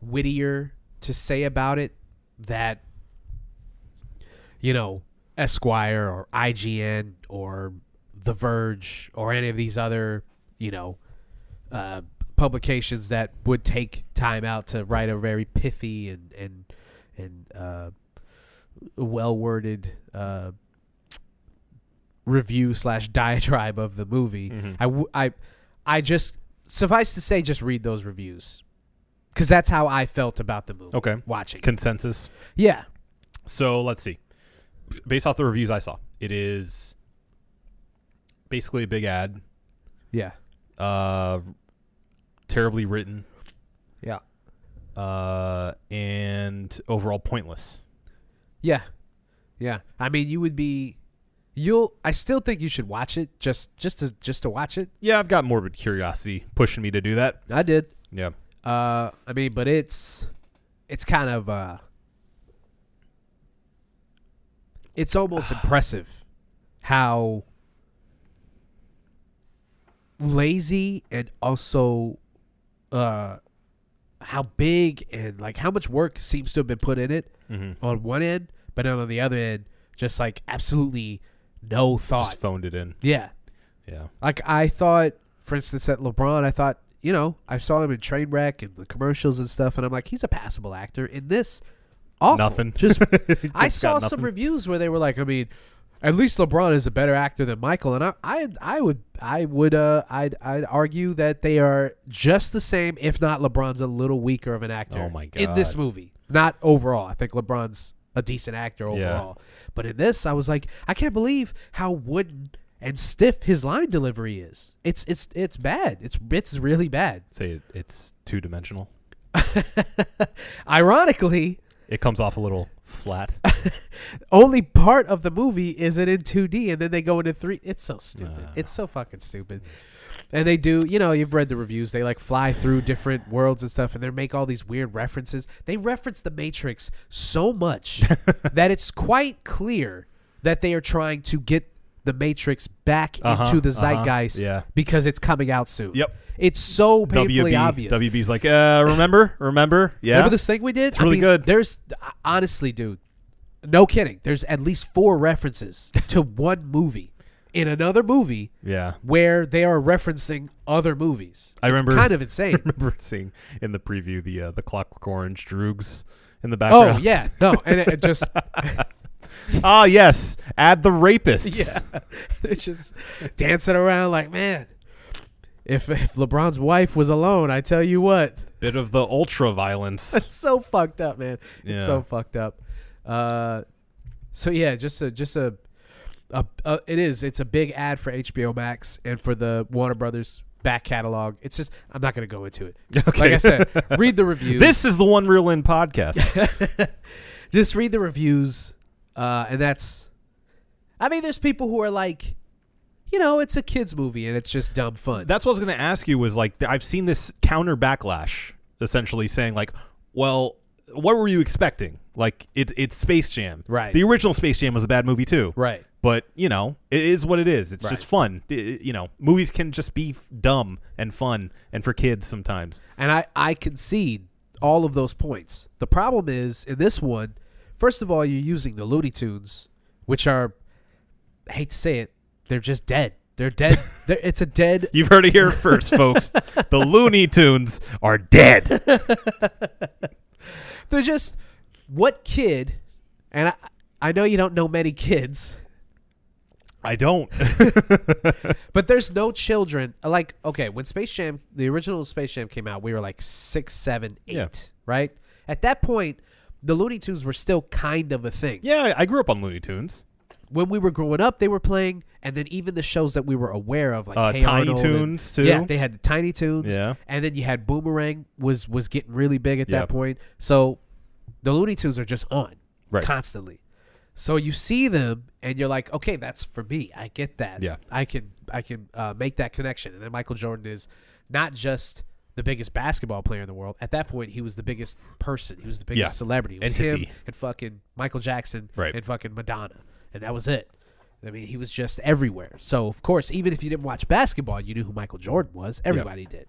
[SPEAKER 1] wittier to say about it that, you know, Esquire or IGN or The Verge or any of these other, you know, uh, publications that would take time out to write a very pithy and, and, and, uh, well worded, uh, review slash diatribe of the
[SPEAKER 2] Mm.
[SPEAKER 1] movie.
[SPEAKER 2] Mm-hmm.
[SPEAKER 1] I, w- I, I just suffice to say, just read those reviews because that's how I felt about the movie.
[SPEAKER 2] Okay.
[SPEAKER 1] watching.
[SPEAKER 2] Consensus.
[SPEAKER 1] yeah,
[SPEAKER 2] So let's see. Based off the reviews I saw, it is basically a big ad,
[SPEAKER 1] yeah,
[SPEAKER 2] uh, terribly written,
[SPEAKER 1] yeah,
[SPEAKER 2] uh, and overall pointless.
[SPEAKER 1] yeah, yeah. I mean, you would be, you'll. I still think you should watch it just just to just to watch it.
[SPEAKER 2] Yeah, I've got morbid curiosity pushing me to do that.
[SPEAKER 1] I did.
[SPEAKER 2] Yeah.
[SPEAKER 1] Uh, I mean, but it's it's kind of uh, it's almost impressive how lazy and also uh how big and like how much work seems to have been put in it
[SPEAKER 2] Mm-hmm.
[SPEAKER 1] on one end, but then on the other end, just like absolutely no thought.
[SPEAKER 2] Just phoned it in.
[SPEAKER 1] yeah,
[SPEAKER 2] Yeah.
[SPEAKER 1] like I thought, for instance, at LeBron, I thought, you know, I saw him in Trainwreck and the commercials and stuff, and I'm like, he's a passable actor. In this, awful.
[SPEAKER 2] Nothing. [laughs]
[SPEAKER 1] Just
[SPEAKER 2] Kid's
[SPEAKER 1] I
[SPEAKER 2] got
[SPEAKER 1] saw some
[SPEAKER 2] nothing.
[SPEAKER 1] reviews where they were like, I mean, at least LeBron is a better actor than Michael, and I, I, I would, I would, uh, I'd, I'd argue that they are just the same, if not LeBron's a little weaker of an actor.
[SPEAKER 2] Oh my
[SPEAKER 1] In this
[SPEAKER 2] God.
[SPEAKER 1] movie, not overall. I think LeBron's a decent actor
[SPEAKER 2] Yeah.
[SPEAKER 1] overall, but in this, I was like, I can't believe how wooden and stiff his line delivery is. It's, it's, it's bad. It's, it's really bad. [laughs]
[SPEAKER 2] Say it, it's two dimensional.
[SPEAKER 1] Ironically,
[SPEAKER 2] It comes off a little flat.
[SPEAKER 1] only part of the movie is it in 2D, and then they go into three. It's so stupid.
[SPEAKER 2] Nah.
[SPEAKER 1] It's so fucking stupid. And they do, you know, you've read the reviews. They like fly through different worlds and stuff, and they make all these weird references. They reference the Matrix so
[SPEAKER 2] [laughs]
[SPEAKER 1] much that it's quite clear that they are trying to get the Matrix back
[SPEAKER 2] Uh-huh,
[SPEAKER 1] into the
[SPEAKER 2] uh-huh,
[SPEAKER 1] zeitgeist
[SPEAKER 2] yeah.
[SPEAKER 1] because it's coming out soon.
[SPEAKER 2] Yep.
[SPEAKER 1] It's so [laughs] painfully
[SPEAKER 2] WB,
[SPEAKER 1] obvious.
[SPEAKER 2] WB's like, uh, remember? Remember? Yeah.
[SPEAKER 1] Remember this thing we did?
[SPEAKER 2] really good.
[SPEAKER 1] There's honestly, dude, no kidding. There's at least four
[SPEAKER 2] [laughs]
[SPEAKER 1] references to one movie in another movie
[SPEAKER 2] Yeah.
[SPEAKER 1] where they are referencing other movies.
[SPEAKER 2] I
[SPEAKER 1] It's
[SPEAKER 2] remember-
[SPEAKER 1] kind of
[SPEAKER 2] I [laughs]
[SPEAKER 1] insane.
[SPEAKER 2] remember seeing in the preview the uh, the Clockwork Orange droogs in the
[SPEAKER 1] oh
[SPEAKER 2] background.
[SPEAKER 1] yeah, no, and it, it
[SPEAKER 2] [laughs]
[SPEAKER 1] just
[SPEAKER 2] ah yes, add the rapists.
[SPEAKER 1] yeah, [laughs] they're just dancing around like man. If if LeBron's wife was alone, I tell you what,
[SPEAKER 2] Bit of the ultra
[SPEAKER 1] [laughs]
[SPEAKER 2] violence.
[SPEAKER 1] it's so fucked up, man. It's
[SPEAKER 2] Yeah.
[SPEAKER 1] so fucked up. Uh, so yeah, just a just a, a, a it is. It's a big ad for HBO Max and for the Warner Brothers back catalog. It's just I'm not gonna go into it.
[SPEAKER 2] [laughs] Okay.
[SPEAKER 1] Like I said, read
[SPEAKER 2] [laughs]
[SPEAKER 1] the reviews.
[SPEAKER 2] this is the one real
[SPEAKER 1] [laughs]
[SPEAKER 2] in podcast.
[SPEAKER 1] just read the reviews, uh, and that's. I mean, there's people who are like, you know, it's a kids movie and it's just dumb fun.
[SPEAKER 2] That's what I was going to ask you. Was like th- I've seen this counter backlash, essentially saying like, well, what were you expecting? Like it's it's Space Jam.
[SPEAKER 1] Right.
[SPEAKER 2] The original Space Jam was a bad movie too.
[SPEAKER 1] right.
[SPEAKER 2] But you know, it is what it is. It's just fun. I- I- you know, movies can just be f- dumb and fun and for kids sometimes.
[SPEAKER 1] And I, I concede all of those points. The problem is in this one, first of all, you're using the Looney Tunes, which are, I hate to say it, they're just dead. They're dead. they're, it's a dead.
[SPEAKER 2] You've heard it here first, folks. The Looney Tunes are dead.
[SPEAKER 1] They're just what kid? And I, I know you don't know many kids,
[SPEAKER 2] I don't.
[SPEAKER 1] but there's no children. Like okay, when Space Jam, the original Space Jam came out, we were like six, seven, eight,
[SPEAKER 2] Yeah.
[SPEAKER 1] right? At that point, the Looney Tunes were still kind of a thing.
[SPEAKER 2] Yeah, I grew up on Looney Tunes.
[SPEAKER 1] When we were growing up, they were playing, and then even the shows that we were aware of, like
[SPEAKER 2] Uh,
[SPEAKER 1] hey
[SPEAKER 2] Tiny
[SPEAKER 1] Arnold and-
[SPEAKER 2] Toons, too.
[SPEAKER 1] Yeah, they had the Tiny Tunes.
[SPEAKER 2] Yeah.
[SPEAKER 1] and then you had Boomerang was was getting really big at
[SPEAKER 2] Yep.
[SPEAKER 1] that point. So the Looney Tunes are just on
[SPEAKER 2] Right.
[SPEAKER 1] constantly. So you see them, and you're like, okay, that's for me. I get that.
[SPEAKER 2] Yeah.
[SPEAKER 1] I can I can uh, make that connection. And then Michael Jordan is not just the biggest basketball player in the world. At that point, he was the biggest person. He was the biggest
[SPEAKER 2] Yeah.
[SPEAKER 1] celebrity. It was
[SPEAKER 2] Entity.
[SPEAKER 1] him and fucking Michael Jackson
[SPEAKER 2] Right.
[SPEAKER 1] and fucking Madonna, and that was it. I mean, he was just everywhere. So of course, even if you didn't watch basketball, you knew who Michael Jordan was. Everybody did.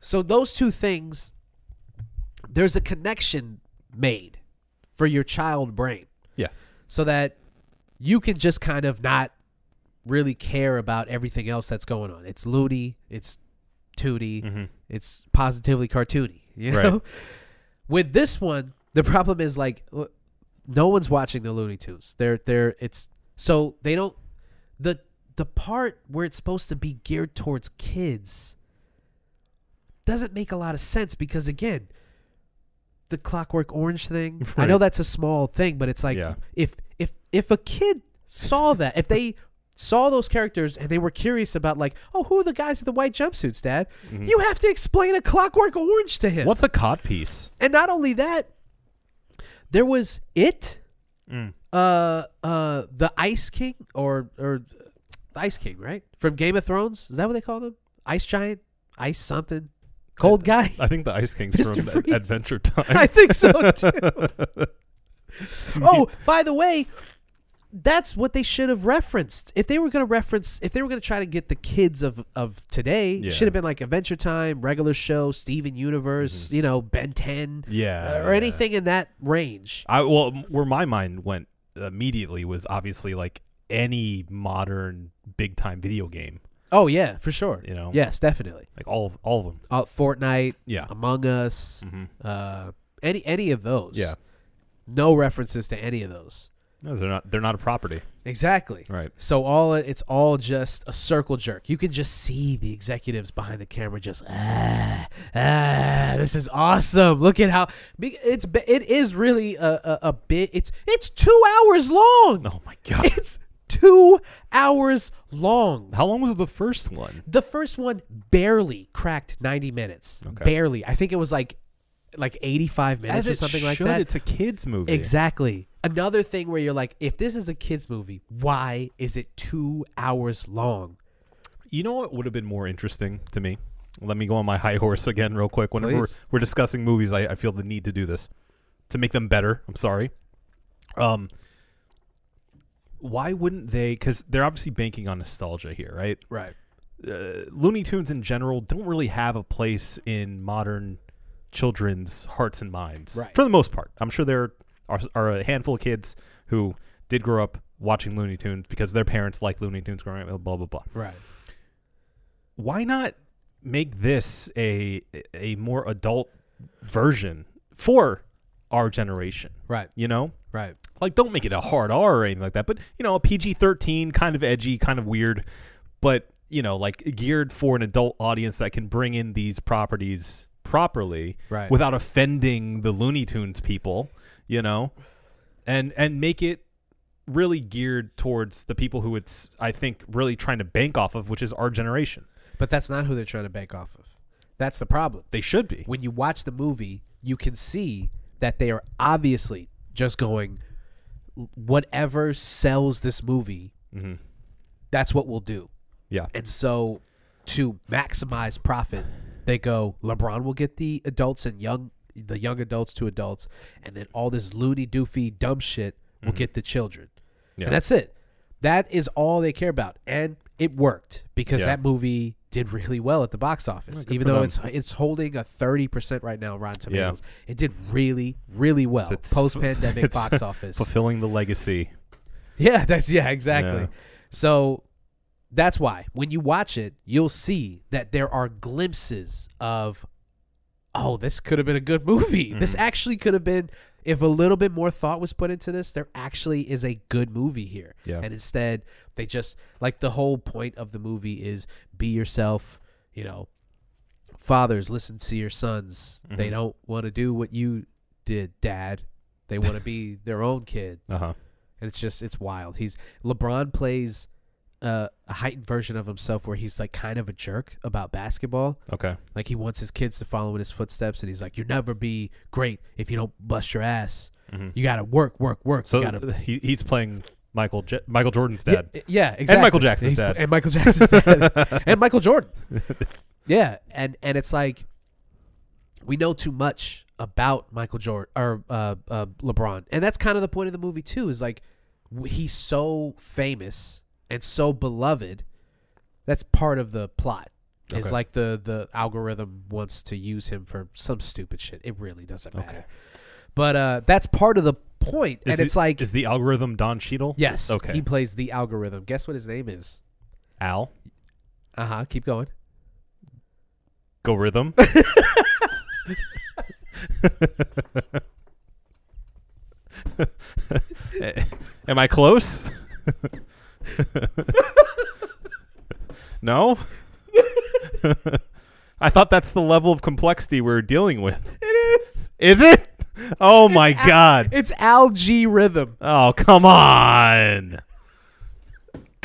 [SPEAKER 1] So those two things, there's a connection made for your child brain
[SPEAKER 2] Yeah.
[SPEAKER 1] so that you can just kind of not really care about everything else that's going on. It's loony, it's tooty, it's positively cartoony. [laughs] You
[SPEAKER 2] Mm-hmm. Right.
[SPEAKER 1] know, with this one, the problem is like l- no one's watching the Looney Tunes. They're they're it's so they don't the the part where it's supposed to be geared towards kids doesn't make a lot of sense because again the clockwork orange thing i know
[SPEAKER 2] Right.
[SPEAKER 1] that's a small thing but it's like
[SPEAKER 2] Yeah.
[SPEAKER 1] if if if a kid saw that if they saw those characters and they were curious about like oh who are the guys in the white jumpsuits dad you have to explain a clockwork orange to him
[SPEAKER 2] What's a codpiece?
[SPEAKER 1] and not only that, there was it, uh, uh, the Ice King or or the Ice King, right from Game of Thrones. Is that what they call them? Ice Giant, Ice something, Cold Guy.
[SPEAKER 2] I think the Ice King's
[SPEAKER 1] Mr.
[SPEAKER 2] from Ad-
[SPEAKER 1] Freeze.
[SPEAKER 2] Adventure Time.
[SPEAKER 1] I think
[SPEAKER 2] [laughs]
[SPEAKER 1] so too. oh, by the way, that's what they should have referenced. If they were going to reference, if they were going to try to get the kids of of today,
[SPEAKER 2] Yeah.
[SPEAKER 1] it should have been like Adventure Time, regular show, Steven Universe, you know, Ben Ten,
[SPEAKER 2] Mm-hmm. Yeah,
[SPEAKER 1] or
[SPEAKER 2] yeah.
[SPEAKER 1] anything in that range.
[SPEAKER 2] I well, m- where my mind went immediately was obviously like any modern big time video game,
[SPEAKER 1] Oh yeah, for sure.
[SPEAKER 2] You know?
[SPEAKER 1] yes, definitely.
[SPEAKER 2] like all of, all of them.
[SPEAKER 1] Uh, Fortnite,
[SPEAKER 2] Yeah.
[SPEAKER 1] Among Us,
[SPEAKER 2] Mhm.
[SPEAKER 1] uh, any any of those.
[SPEAKER 2] Yeah.
[SPEAKER 1] no references to any of those.
[SPEAKER 2] No, they're not. They're not a property.
[SPEAKER 1] Exactly.
[SPEAKER 2] Right.
[SPEAKER 1] So all it- it's all just a circle jerk. You can just see the executives behind the camera just ah, ah this is awesome. Look at how be- it's ba- it is really a, a, a bit. It's it's two hours long. [laughs]
[SPEAKER 2] Oh my god!
[SPEAKER 1] It's two hours long.
[SPEAKER 2] How long was the first one?
[SPEAKER 1] The first one barely cracked 90 minutes.
[SPEAKER 2] Okay.
[SPEAKER 1] Barely. I think it was like like 85 minutes or something like
[SPEAKER 2] should,
[SPEAKER 1] that.
[SPEAKER 2] It's a kids movie.
[SPEAKER 1] Exactly. Another thing where you're like, if this is a kids movie, why is it two hours long?
[SPEAKER 2] You know what would have been more interesting to me? Let me go on my high horse again, real quick. Whenever we're,
[SPEAKER 1] Please.
[SPEAKER 2] we're discussing movies, I, I feel the need to do this to make them better. I'm sorry. Um, why wouldn't they? Because they're obviously banking on nostalgia here, right?
[SPEAKER 1] Right.
[SPEAKER 2] Uh, Looney Tunes in general don't really have a place in modern children's hearts and minds,
[SPEAKER 1] Right.
[SPEAKER 2] for the most part. I'm sure there are, are a handful of kids who did grow up watching Looney Tunes because their parents liked Looney Tunes growing up. Blah blah blah
[SPEAKER 1] Right.
[SPEAKER 2] why not make this a a more adult version for our generation?
[SPEAKER 1] Right.
[SPEAKER 2] You know,
[SPEAKER 1] Right.
[SPEAKER 2] like don't make it a hard R or anything like that, but you know, a PG thirteen, kind of edgy, kind of weird, but you know, like geared for an adult audience that can bring in these properties properly
[SPEAKER 1] Right.
[SPEAKER 2] without offending the Looney Tunes people. You know, and and make it really geared towards the people who it's I think really trying to bank off of, which is our generation.
[SPEAKER 1] But that's not who they're trying to bank off of. That's the problem.
[SPEAKER 2] They should be.
[SPEAKER 1] When you watch the movie, you can see that they are obviously just going whatever sells this movie. That's what we'll do.
[SPEAKER 2] Yeah.
[SPEAKER 1] And so to maximize profit, they go LeBron will get the adults and young the young adults to adults and then all this loony doofy dumb shit will get the children.
[SPEAKER 2] Mm-hmm. Yeah.
[SPEAKER 1] And that's it. That is all they care about. And it worked because
[SPEAKER 2] Yeah.
[SPEAKER 1] that movie did really well at the box office. even
[SPEAKER 2] for
[SPEAKER 1] though
[SPEAKER 2] them.
[SPEAKER 1] it's it's holding a 30% right now on Rotten Tomatoes. It did really really well post-pandemic
[SPEAKER 2] [laughs] it's
[SPEAKER 1] box office.
[SPEAKER 2] Fulfilling the legacy.
[SPEAKER 1] [laughs] Yeah, that's yeah, exactly.
[SPEAKER 2] Yeah.
[SPEAKER 1] So that's why when you watch it, you'll see that there are glimpses of oh, this could have been a good movie.
[SPEAKER 2] Mm-hmm.
[SPEAKER 1] This actually could have been if a little bit more thought was put into this, there actually is a good movie here.
[SPEAKER 2] Yeah.
[SPEAKER 1] And instead, they just like the whole point of the movie is be yourself, you know.
[SPEAKER 2] Mm-hmm.
[SPEAKER 1] Fathers listen to your sons. They don't want to do what you did, dad. They want to be their own kid.
[SPEAKER 2] Uh huh.
[SPEAKER 1] And it's just it's wild. He's LeBron plays uh, a heightened version of himself where he's like kind of a jerk about basketball.
[SPEAKER 2] Okay.
[SPEAKER 1] Like he wants his kids to follow in his footsteps, and he's like, "You'll never be great if you don't bust your ass. You got to work, work, work.
[SPEAKER 2] So
[SPEAKER 1] you gotta,
[SPEAKER 2] he, he's playing Michael J- Michael Jordan's
[SPEAKER 1] Yeah,
[SPEAKER 2] dad.
[SPEAKER 1] Yeah, exactly.
[SPEAKER 2] Michael Jackson's dad.
[SPEAKER 1] And Michael Jackson's
[SPEAKER 2] [laughs]
[SPEAKER 1] dad. and Michael Jordan. Yeah, and and it's like we know too much about Michael Jordan or uh, uh, LeBron, and that's kind of the point of the movie too. Is like w- he's so famous and so beloved. That's part of the plot. It's
[SPEAKER 2] Okay.
[SPEAKER 1] like the the algorithm wants to use him for some stupid shit. It really doesn't matter.
[SPEAKER 2] Okay.
[SPEAKER 1] But uh, that's part of the point,
[SPEAKER 2] Is
[SPEAKER 1] and
[SPEAKER 2] it-
[SPEAKER 1] it's like
[SPEAKER 2] is the algorithm Don Cheadle?
[SPEAKER 1] yes,
[SPEAKER 2] Okay.
[SPEAKER 1] he plays the algorithm. Guess what his name is?
[SPEAKER 2] Al.
[SPEAKER 1] Uh
[SPEAKER 2] Uh-huh,
[SPEAKER 1] huh. Keep going. [laughs]
[SPEAKER 2] Go rhythm. Am I close? no? I thought that's the level of complexity we're dealing with.
[SPEAKER 1] It is.
[SPEAKER 2] Is it? Oh my god.
[SPEAKER 1] It's algae rhythm.
[SPEAKER 2] Oh, come on.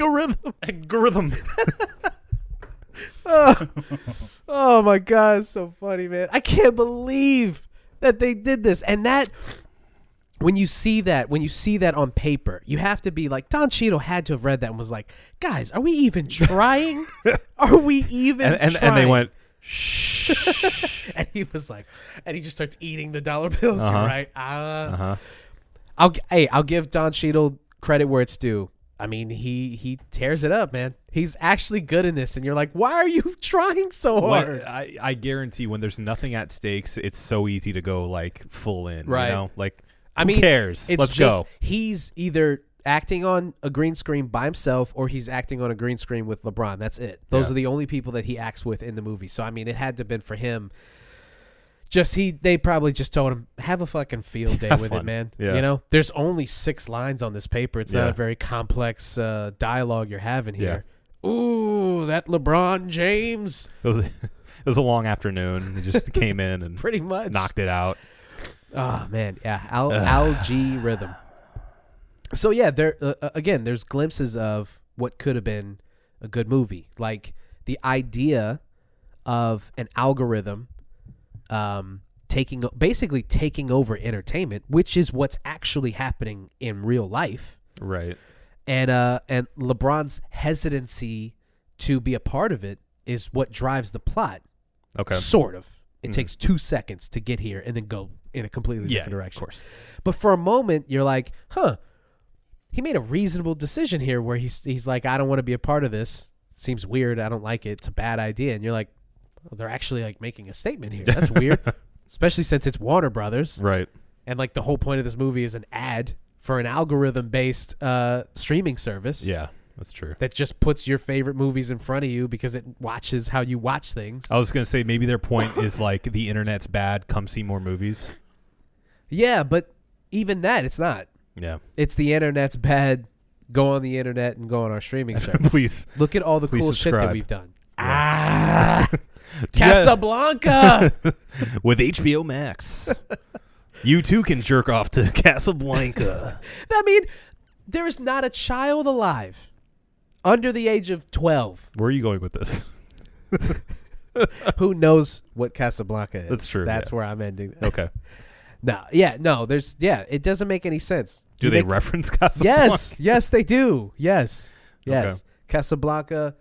[SPEAKER 1] Rhythm.
[SPEAKER 2] Algorithm.
[SPEAKER 1] Oh my god, it's so funny, man. I can't believe that they did this. And that when you see that, when you see that on paper, you have to be like Don Cheadle had to have read that and was like, "Guys, are we even
[SPEAKER 2] [laughs]
[SPEAKER 1] trying? are we even?"
[SPEAKER 2] And, and, and they
[SPEAKER 1] trying?"
[SPEAKER 2] went,
[SPEAKER 1] [laughs] and he was like, and he just starts eating the dollar bills. You're
[SPEAKER 2] Uh-huh.
[SPEAKER 1] right? Uh,
[SPEAKER 2] uh-huh.
[SPEAKER 1] I'll g- hey, I'll give Don Cheadle credit where it's due. I mean, he he tears it up, man. He's actually good in this, and you're like, why are you [laughs] trying so
[SPEAKER 2] When-
[SPEAKER 1] hard?
[SPEAKER 2] I, I guarantee when there's nothing at stakes, it's so easy to go like full in.
[SPEAKER 1] Right.
[SPEAKER 2] You know? Like,
[SPEAKER 1] I
[SPEAKER 2] who
[SPEAKER 1] mean,
[SPEAKER 2] cares?
[SPEAKER 1] It's
[SPEAKER 2] Let's
[SPEAKER 1] just,
[SPEAKER 2] go.
[SPEAKER 1] He's either acting on a green screen by himself, or he's acting on a green screen with LeBron. That's it. Those
[SPEAKER 2] Yeah.
[SPEAKER 1] are the only people that he acts with in the movie. So I mean, it had to have been for him. Just he, they probably just told him have a fucking
[SPEAKER 2] [laughs]
[SPEAKER 1] field day
[SPEAKER 2] Have
[SPEAKER 1] with it,
[SPEAKER 2] fun.
[SPEAKER 1] man.
[SPEAKER 2] Yeah.
[SPEAKER 1] You know, there's only six lines on this paper. It's not
[SPEAKER 2] Yeah.
[SPEAKER 1] a very complex uh, dialogue you're having here. Ooh, that LeBron James,
[SPEAKER 2] It was, [laughs] it was a long afternoon.
[SPEAKER 1] [laughs]
[SPEAKER 2] We just came in and
[SPEAKER 1] pretty much.
[SPEAKER 2] knocked it out.
[SPEAKER 1] Oh man, yeah,
[SPEAKER 2] [sighs]
[SPEAKER 1] Al, algae rhythm. So yeah, there uh, uh, again, there's glimpses of what could have been a good movie, like the idea of an algorithm um, taking o- basically taking over entertainment, which is what's actually happening in real life,
[SPEAKER 2] Right.
[SPEAKER 1] and uh, and LeBron's hesitancy to be a part of it is what drives the plot,
[SPEAKER 2] Okay.
[SPEAKER 1] sort of. It
[SPEAKER 2] Mhm.
[SPEAKER 1] takes two seconds to get here and then go in a completely
[SPEAKER 2] Yeah,
[SPEAKER 1] different direction.
[SPEAKER 2] of course.
[SPEAKER 1] But for a moment, you're like, huh, he made a reasonable decision here where he's, he's like, I don't want to be a part of this. seems weird. I don't like it. It's a bad idea. And you're like, well, they're actually like making a statement here. That's
[SPEAKER 2] [laughs]
[SPEAKER 1] weird. Especially since it's Warner Brothers.
[SPEAKER 2] Right.
[SPEAKER 1] And like the whole point of this movie is an ad for an algorithm based uh, streaming service
[SPEAKER 2] Yeah, that's true.
[SPEAKER 1] that just puts your favorite movies in front of you because it watches how you watch things.
[SPEAKER 2] I was gonna say maybe their point
[SPEAKER 1] [laughs]
[SPEAKER 2] is like the internet's bad. Come see more movies.
[SPEAKER 1] Yeah, but even that, it's not.
[SPEAKER 2] Yeah.
[SPEAKER 1] It's the internet's bad. Go on the internet and go on our
[SPEAKER 2] [laughs]
[SPEAKER 1] streaming [laughs] service.
[SPEAKER 2] Please.
[SPEAKER 1] Look at all the
[SPEAKER 2] Please
[SPEAKER 1] cool shit that
[SPEAKER 2] subscribe.
[SPEAKER 1] we've done.
[SPEAKER 2] Ah.
[SPEAKER 1] [laughs] Casablanca.
[SPEAKER 2] [laughs] With HBO
[SPEAKER 1] [laughs]
[SPEAKER 2] Max, you too can jerk off to [laughs]
[SPEAKER 1] [laughs]
[SPEAKER 2] Casablanca.
[SPEAKER 1] I mean, there is not a child alive under the age of 12
[SPEAKER 2] Where are you going
[SPEAKER 1] [laughs]
[SPEAKER 2] with this?
[SPEAKER 1] who knows what Casablanca is.
[SPEAKER 2] That's true,
[SPEAKER 1] That's
[SPEAKER 2] yeah.
[SPEAKER 1] where I'm ending. [laughs]
[SPEAKER 2] Okay.
[SPEAKER 1] No, yeah, no, there's yeah, it doesn't make any sense.
[SPEAKER 2] Do
[SPEAKER 1] You
[SPEAKER 2] they
[SPEAKER 1] make-
[SPEAKER 2] reference [laughs] Casablanca?
[SPEAKER 1] Yes, yes they do. Yes. Yes.
[SPEAKER 2] Okay.
[SPEAKER 1] Casablanca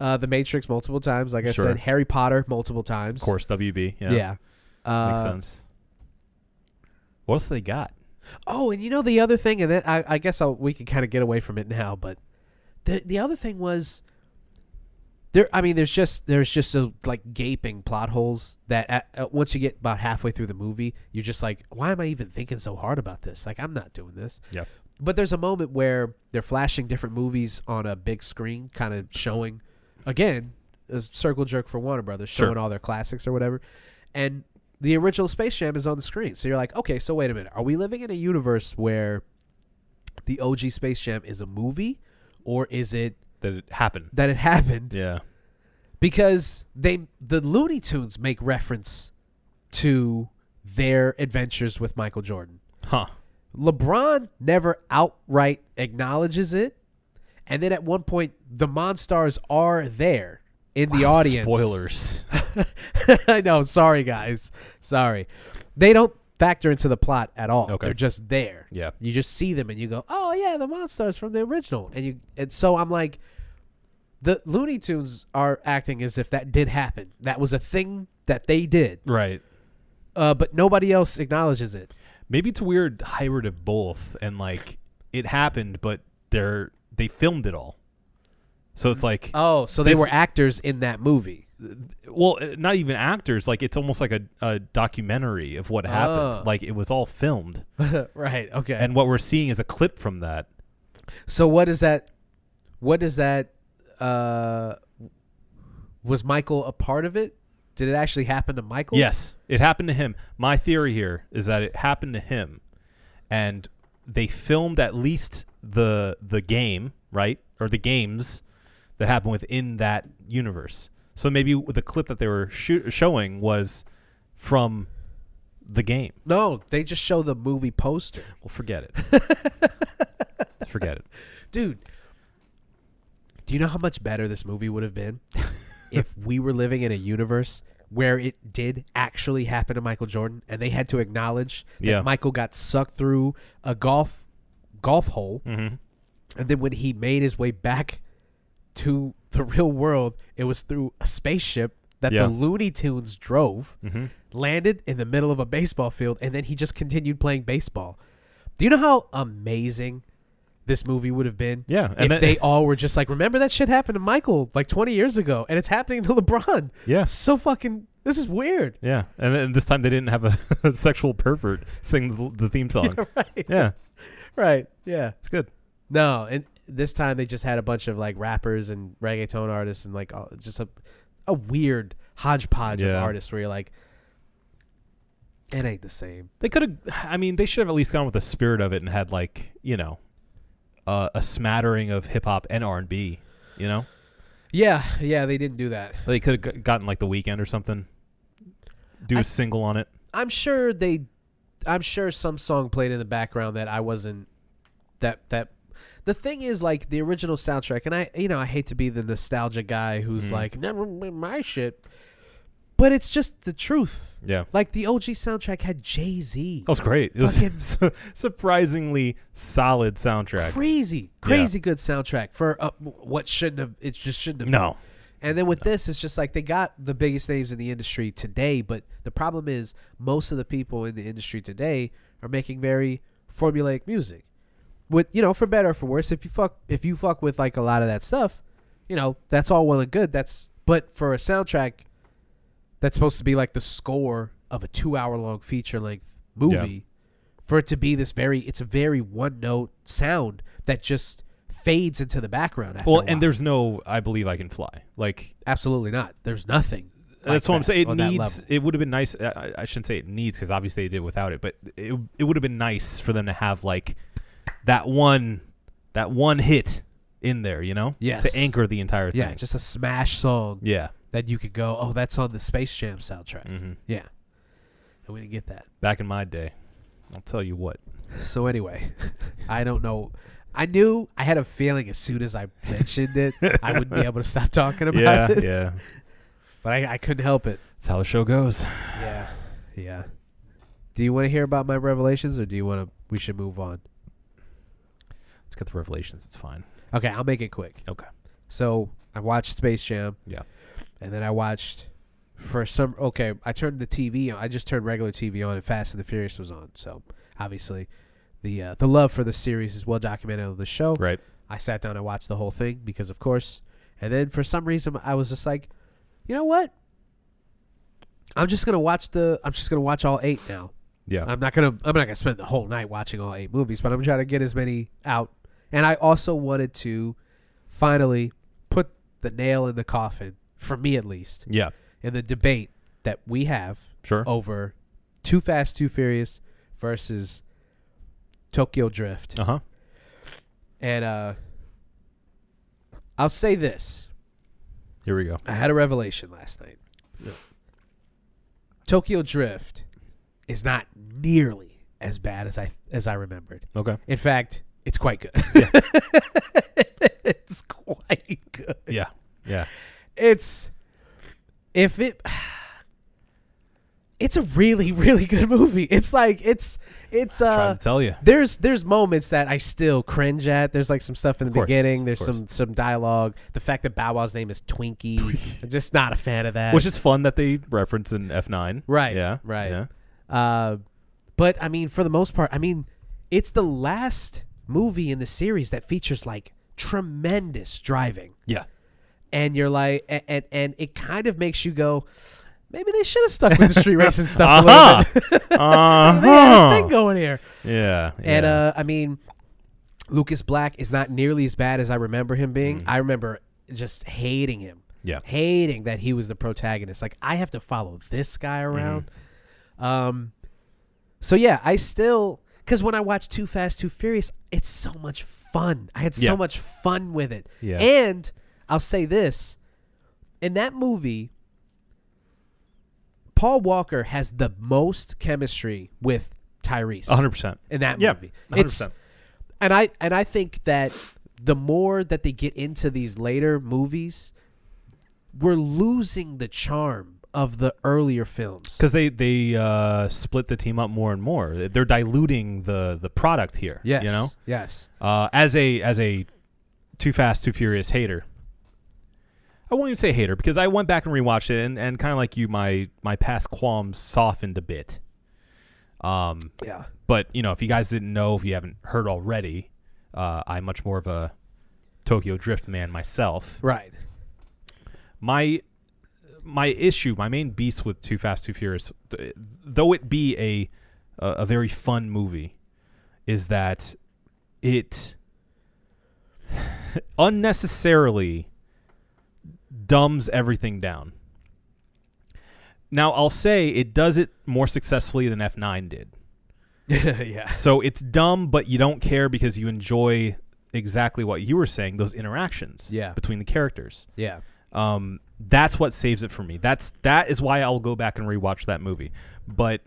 [SPEAKER 1] uh, The Matrix multiple times, like I
[SPEAKER 2] Sure.
[SPEAKER 1] said, Harry Potter multiple times.
[SPEAKER 2] Of course, WB. Yeah.
[SPEAKER 1] Yeah. Uh,
[SPEAKER 2] Makes sense. What else they got?
[SPEAKER 1] Oh, and you know the other thing, and then I, I guess I'll, we can kind of get away from it now. But the the other thing was there. I mean, there's just there's just a, like gaping plot holes that at, at, once you get about halfway through the movie, you're just like, why am I even thinking so hard about this? Like, I'm not doing this.
[SPEAKER 2] Yeah.
[SPEAKER 1] But there's a moment where they're flashing different movies on a big screen, kind of showing again a circle jerk for Warner Brothers,
[SPEAKER 2] Sure.
[SPEAKER 1] showing all their classics or whatever, and the original Space Jam is on the screen. So you're like, okay, so wait a minute. Are we living in a universe where the OG Space Jam is a movie or is it
[SPEAKER 2] That it happened.
[SPEAKER 1] that it [laughs] happened?
[SPEAKER 2] Yeah.
[SPEAKER 1] Because they the Looney Tunes make reference to their adventures with Michael Jordan.
[SPEAKER 2] Huh.
[SPEAKER 1] LeBron never outright acknowledges it. And then at one point, the Monstars are there in the audience.
[SPEAKER 2] Spoilers.
[SPEAKER 1] [laughs] I know. Sorry, guys. Sorry. They don't factor into the plot at all.
[SPEAKER 2] Okay.
[SPEAKER 1] They're just there.
[SPEAKER 2] Yeah.
[SPEAKER 1] You just see them and you go, "Oh yeah, the monsters from the original." And you and so I'm like the Looney Tunes are acting as if that did happen. That was a thing that they did.
[SPEAKER 2] Right.
[SPEAKER 1] Uh, but nobody else acknowledges it.
[SPEAKER 2] Maybe it's a weird hybrid of both, and like it happened, but they're they filmed it all. So it's like,
[SPEAKER 1] Oh, so they
[SPEAKER 2] This-
[SPEAKER 1] were actors in that movie.
[SPEAKER 2] well, uh, not even actors. Like it's almost like a, a documentary of what happened.
[SPEAKER 1] Oh.
[SPEAKER 2] Like it was all filmed,
[SPEAKER 1] [laughs] right. Okay.
[SPEAKER 2] and what we're seeing is a clip from that.
[SPEAKER 1] So what is that? What is that? Uh, was Michael a part of it? Did it actually happen to Michael?
[SPEAKER 2] Yes, it happened to him. My theory here is that it happened to him, and they filmed at least the the game, right, or the games that happened within that universe. So maybe the clip that they were shoot, showing was from the game.
[SPEAKER 1] No, they just show the movie poster.
[SPEAKER 2] Well,
[SPEAKER 1] [laughs]
[SPEAKER 2] forget it. forget it.
[SPEAKER 1] Dude, do you know how much better this movie would have
[SPEAKER 2] [laughs]
[SPEAKER 1] been if we were living in a universe where it did actually happen to Michael Jordan and they had to acknowledge that
[SPEAKER 2] Yeah.
[SPEAKER 1] Michael got sucked through a golf golf hole
[SPEAKER 2] hmm
[SPEAKER 1] and then when he made his way back to the real world, it was through a spaceship that
[SPEAKER 2] Yeah.
[SPEAKER 1] the Looney Tunes drove,
[SPEAKER 2] Mhm.
[SPEAKER 1] landed in the middle of a baseball field, and then he just continued playing baseball. Do you know how amazing this movie would have been?
[SPEAKER 2] Yeah, and
[SPEAKER 1] if
[SPEAKER 2] then-
[SPEAKER 1] they all were just like, remember that shit happened to Michael like 20 years ago, and it's happening to LeBron.
[SPEAKER 2] [laughs] Yeah.
[SPEAKER 1] so fucking. This is weird. [laughs]
[SPEAKER 2] Yeah, and then this time they didn't have a, [laughs] sexual pervert sing the, the
[SPEAKER 1] [laughs]
[SPEAKER 2] theme song. Yeah,
[SPEAKER 1] Right. Right. Yeah.
[SPEAKER 2] it's good.
[SPEAKER 1] No, and this time they just had a bunch of like rappers and reggaeton artists and like all, just a a weird hodgepodge
[SPEAKER 2] Yeah.
[SPEAKER 1] of artists where you're like, it ain't the same.
[SPEAKER 2] They could have. I mean, they should have at least gone with the spirit of it and had like you know, uh, a smattering of hip hop and R and B. You know,
[SPEAKER 1] Yeah, yeah, they didn't do that.
[SPEAKER 2] they could have gotten like the weekend or something. Do a
[SPEAKER 1] I-
[SPEAKER 2] single on it.
[SPEAKER 1] I'm sure they, I'm sure some song played in the background that I wasn't. That that, the thing is like the original soundtrack, and I you know I hate to be the nostalgia guy who's
[SPEAKER 2] Mm.
[SPEAKER 1] like never mind my shit, but it's just the truth.
[SPEAKER 2] Yeah, that
[SPEAKER 1] Like the OG soundtrack had Jay Z.
[SPEAKER 2] was great. It was
[SPEAKER 1] Fucking-
[SPEAKER 2] [laughs] su- surprisingly solid soundtrack.
[SPEAKER 1] crazy, crazy good soundtrack for uh, what shouldn't have. It just shouldn't have.
[SPEAKER 2] no,
[SPEAKER 1] And then with this, it's just like they got the biggest names in the industry today, but the problem is most of the people in the industry today are making very formulaic music. With you know, for better or for worse, if you fuck if you fuck with like a lot of that stuff, you know that's all well and good. That's but for a soundtrack that's supposed to be like the score of a two hour long feature length movie, for it to be this very it's a very one note sound that just fades into the background. After
[SPEAKER 2] well,
[SPEAKER 1] a while.
[SPEAKER 2] and there's no. I believe I can fly. Like
[SPEAKER 1] Absolutely not. There's nothing.
[SPEAKER 2] that's
[SPEAKER 1] like
[SPEAKER 2] what I'm
[SPEAKER 1] that
[SPEAKER 2] saying. It
[SPEAKER 1] on that
[SPEAKER 2] needs.
[SPEAKER 1] level.
[SPEAKER 2] It would have been nice. I, I shouldn't say it needs because obviously they did without it, but it it would have been nice for them to have like that one that one hit in there, you know,
[SPEAKER 1] Yes.
[SPEAKER 2] to anchor the entire thing.
[SPEAKER 1] Yeah, just a smash song
[SPEAKER 2] yeah.
[SPEAKER 1] that you could go, oh, that's on the Space Jam soundtrack.
[SPEAKER 2] hmm
[SPEAKER 1] Yeah. And we didn't get that.
[SPEAKER 2] Back in my day, I'll tell you what.
[SPEAKER 1] So anyway, [laughs] I don't know. I knew I had a feeling as soon as I mentioned it, I wouldn't be able to stop talking about
[SPEAKER 2] yeah,
[SPEAKER 1] it.
[SPEAKER 2] yeah.
[SPEAKER 1] But I, I couldn't help it.
[SPEAKER 2] That's how the show goes.
[SPEAKER 1] Yeah. Yeah. Do you want to hear about my revelations or do you want to? We should move on.
[SPEAKER 2] Let's get the revelations. It's fine.
[SPEAKER 1] Okay, I'll make it quick.
[SPEAKER 2] Okay.
[SPEAKER 1] So I watched Space Jam.
[SPEAKER 2] Yeah.
[SPEAKER 1] And then I watched for some okay, I turned the TV on. I just turned regular TV on and Fast and the Furious was on. So obviously the uh, the love for the series is well documented on the show.
[SPEAKER 2] Right.
[SPEAKER 1] I sat down and watched the whole thing because of course. And then for some reason I was just like, you know what? I'm just gonna watch the I'm just gonna watch all eight now.
[SPEAKER 2] Yeah.
[SPEAKER 1] I'm not gonna I'm not gonna spend the whole night watching all eight movies, but I'm trying to get as many out. And I also wanted to finally put the nail in the coffin, for me at least,
[SPEAKER 2] yeah.
[SPEAKER 1] in the debate that we have
[SPEAKER 2] Sure.
[SPEAKER 1] over Too Fast, Too Furious versus Tokyo Drift.
[SPEAKER 2] Uh huh.
[SPEAKER 1] And uh I'll say this.
[SPEAKER 2] Here we go.
[SPEAKER 1] I had a revelation last night. Tokyo Drift is not nearly as bad as I as I remembered.
[SPEAKER 2] Okay.
[SPEAKER 1] In fact, it's quite good. [laughs] it's quite good.
[SPEAKER 2] Yeah. Yeah.
[SPEAKER 1] It's if it [sighs] it's a really really good movie. It's like it's it's uh
[SPEAKER 2] Trying to tell you.
[SPEAKER 1] there's there's moments that I still cringe at. There's like some stuff in the
[SPEAKER 2] Of course,
[SPEAKER 1] beginning.
[SPEAKER 2] of
[SPEAKER 1] There's
[SPEAKER 2] course.
[SPEAKER 1] some some dialogue. The fact that Bow Wow's name is Twinkie, I'm just not a fan of that.
[SPEAKER 2] Which is fun that they reference in F9.
[SPEAKER 1] uh, Right,
[SPEAKER 2] Yeah.
[SPEAKER 1] right.
[SPEAKER 2] Yeah.
[SPEAKER 1] Uh, but I mean, for the most part, I mean, it's the last movie in the series that features like tremendous driving,
[SPEAKER 2] Yeah.
[SPEAKER 1] and you're like, and and, and it kind of makes you go, maybe they should have stuck with the street racing stuff a little bit. [laughs]
[SPEAKER 2] [laughs] uh-huh.
[SPEAKER 1] they had a thing going here,
[SPEAKER 2] Yeah.
[SPEAKER 1] and
[SPEAKER 2] yeah.
[SPEAKER 1] uh, I mean, Lucas Black is not nearly as bad as I remember him being. I remember just hating him
[SPEAKER 2] Mm. yeah.
[SPEAKER 1] hating that he was the protagonist. Like I have to follow this guy
[SPEAKER 2] Mm-hmm.
[SPEAKER 1] around. Um, so yeah, I still because when I watch Too Fast Too Furious, it's so much fun. I had
[SPEAKER 2] Yeah.
[SPEAKER 1] so much fun with it.
[SPEAKER 2] Yeah.
[SPEAKER 1] And I'll say this: in that movie, Paul Walker has the most chemistry with Tyrese
[SPEAKER 2] 100%.
[SPEAKER 1] in that
[SPEAKER 2] Yeah,
[SPEAKER 1] movie.
[SPEAKER 2] 100%.
[SPEAKER 1] and I and I think that the more that they get into these later movies, we're losing the charm of the earlier films.
[SPEAKER 2] Because they they uh, split the team up more and more. They're diluting the the product here.
[SPEAKER 1] yes,
[SPEAKER 2] You know.
[SPEAKER 1] yes,
[SPEAKER 2] Uh, as a as a Too Fast Too Furious hater, I won't even say hater because I went back and rewatched it, and, and kind of like you, my my past qualms softened a bit. Um,
[SPEAKER 1] yeah,
[SPEAKER 2] but you know, if you guys didn't know, if you haven't heard already, uh, I'm much more of a Tokyo Drift man myself
[SPEAKER 1] right, [laughs]
[SPEAKER 2] my my issue, my main beast with Too Fast Too Furious, th- though it be a a very fun movie, is that it [sighs] unnecessarily dumbs everything down. Now I'll say it does it more successfully than F9 did.
[SPEAKER 1] yeah,
[SPEAKER 2] So it's dumb, but you don't care because you enjoy exactly what you were saying, those interactions
[SPEAKER 1] Yeah.
[SPEAKER 2] between the characters
[SPEAKER 1] yeah,
[SPEAKER 2] um, that's what saves it for me. That's that is why I'll go back and rewatch that movie. But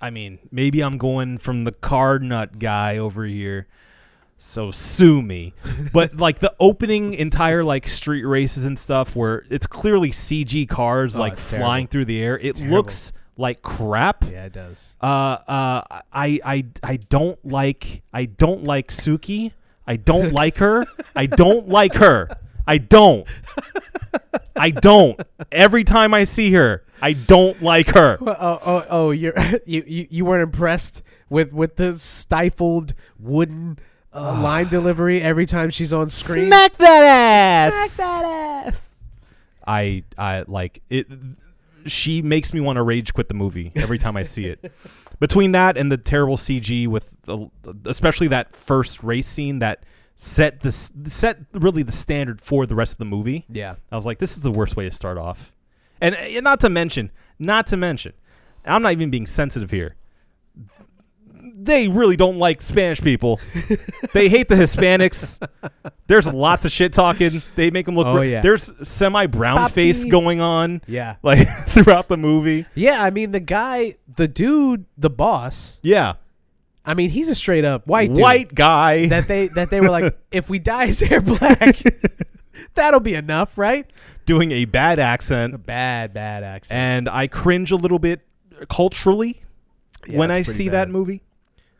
[SPEAKER 2] I mean, maybe I'm going from the card nut guy over here. So sue me.
[SPEAKER 1] [laughs]
[SPEAKER 2] But like the opening entire like street races and stuff where it's clearly CG cars
[SPEAKER 1] Oh,
[SPEAKER 2] like
[SPEAKER 1] it's terrible.
[SPEAKER 2] flying through the air.
[SPEAKER 1] It's
[SPEAKER 2] it
[SPEAKER 1] terrible.
[SPEAKER 2] looks like crap.
[SPEAKER 1] yeah. It does.
[SPEAKER 2] Uh, uh, I, I, I don't like, I don't like Suki. I don't like her. I don't like her. I don't. I don't. Every time I see her, I don't like her.
[SPEAKER 1] Well, oh, oh, oh, you're [laughs] you, you you weren't impressed with with the stifled wooden uh, line delivery every time she's on screen.
[SPEAKER 2] Smack that ass.
[SPEAKER 1] ass.
[SPEAKER 2] I, I like it. She makes me want to rage quit the movie every time I
[SPEAKER 1] [laughs]
[SPEAKER 2] see it. Between that and the terrible CG with, the, especially that first race scene that set the s- set really the standard for the rest of the movie.
[SPEAKER 1] Yeah,
[SPEAKER 2] I was like, this is the worst way to start off. And, and not to mention, not to mention, I'm not even being sensitive here. They really don't like
[SPEAKER 1] [laughs]
[SPEAKER 2] Spanish people. they hate the Hispanics. There's lots of shit talking. They make them look.
[SPEAKER 1] Oh,
[SPEAKER 2] ri-
[SPEAKER 1] yeah.
[SPEAKER 2] There's semi brown face
[SPEAKER 1] Papi.
[SPEAKER 2] going on,
[SPEAKER 1] yeah,
[SPEAKER 2] like [laughs] throughout the movie.
[SPEAKER 1] yeah. I mean, the guy, the dude, the boss.
[SPEAKER 2] Yeah,
[SPEAKER 1] I mean, he's a straight up white dude
[SPEAKER 2] white guy.
[SPEAKER 1] that they that they were [laughs] like, if we dye his hair [laughs] black, that'll be enough, right?
[SPEAKER 2] [laughs] doing a bad accent,
[SPEAKER 1] Bad, bad accent.
[SPEAKER 2] and I cringe a little bit culturally
[SPEAKER 1] Yeah,
[SPEAKER 2] when I
[SPEAKER 1] that's pretty
[SPEAKER 2] see
[SPEAKER 1] bad.
[SPEAKER 2] that movie.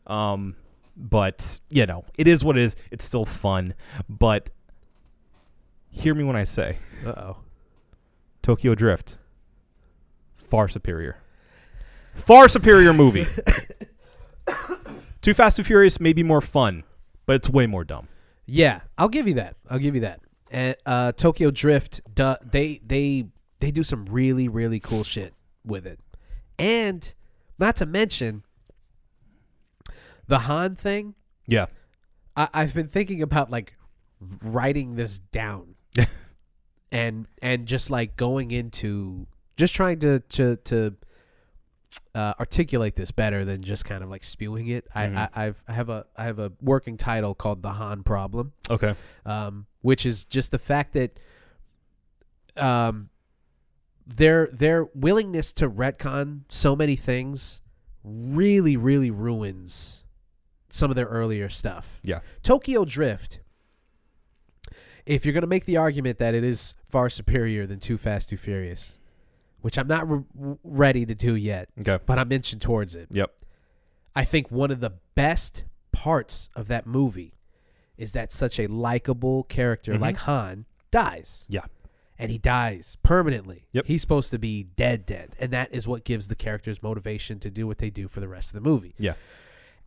[SPEAKER 2] Um, but you know, it is what it is. It's still fun, but hear me when I say
[SPEAKER 1] Uh oh.
[SPEAKER 2] Tokyo Drift far superior, far superior [laughs] movie. Too Fast Too Furious may be more fun, but it's way more dumb.
[SPEAKER 1] Yeah, I'll give you that. I'll give you that. And uh, Tokyo Drift, duh, they they they do some really really cool shit with it, and not to mention the Han thing.
[SPEAKER 2] Yeah,
[SPEAKER 1] I, I've been thinking about like writing this down and and just like going into just trying to to to uh, articulate this better than just kind of like spewing it. I,
[SPEAKER 2] Mhm.
[SPEAKER 1] I I've I have a I have a working title called the Han problem,
[SPEAKER 2] okay,
[SPEAKER 1] um, which is just the fact that um their their willingness to retcon so many things really, really ruins some of their earlier stuff.
[SPEAKER 2] Yeah.
[SPEAKER 1] Tokyo Drift. If you're gonna make the argument that it is far superior than Too Fast, Too Furious, which I'm not re- ready to do yet,
[SPEAKER 2] Okay.
[SPEAKER 1] but I'm inching towards it.
[SPEAKER 2] Yep.
[SPEAKER 1] I think one of the best parts of that movie is that such a likable character
[SPEAKER 2] Mhm.
[SPEAKER 1] like Han dies.
[SPEAKER 2] Yeah.
[SPEAKER 1] And he dies permanently.
[SPEAKER 2] Yep.
[SPEAKER 1] He's supposed to be dead, dead. And that is what gives the characters motivation to do what they do for the rest of the movie.
[SPEAKER 2] Yeah.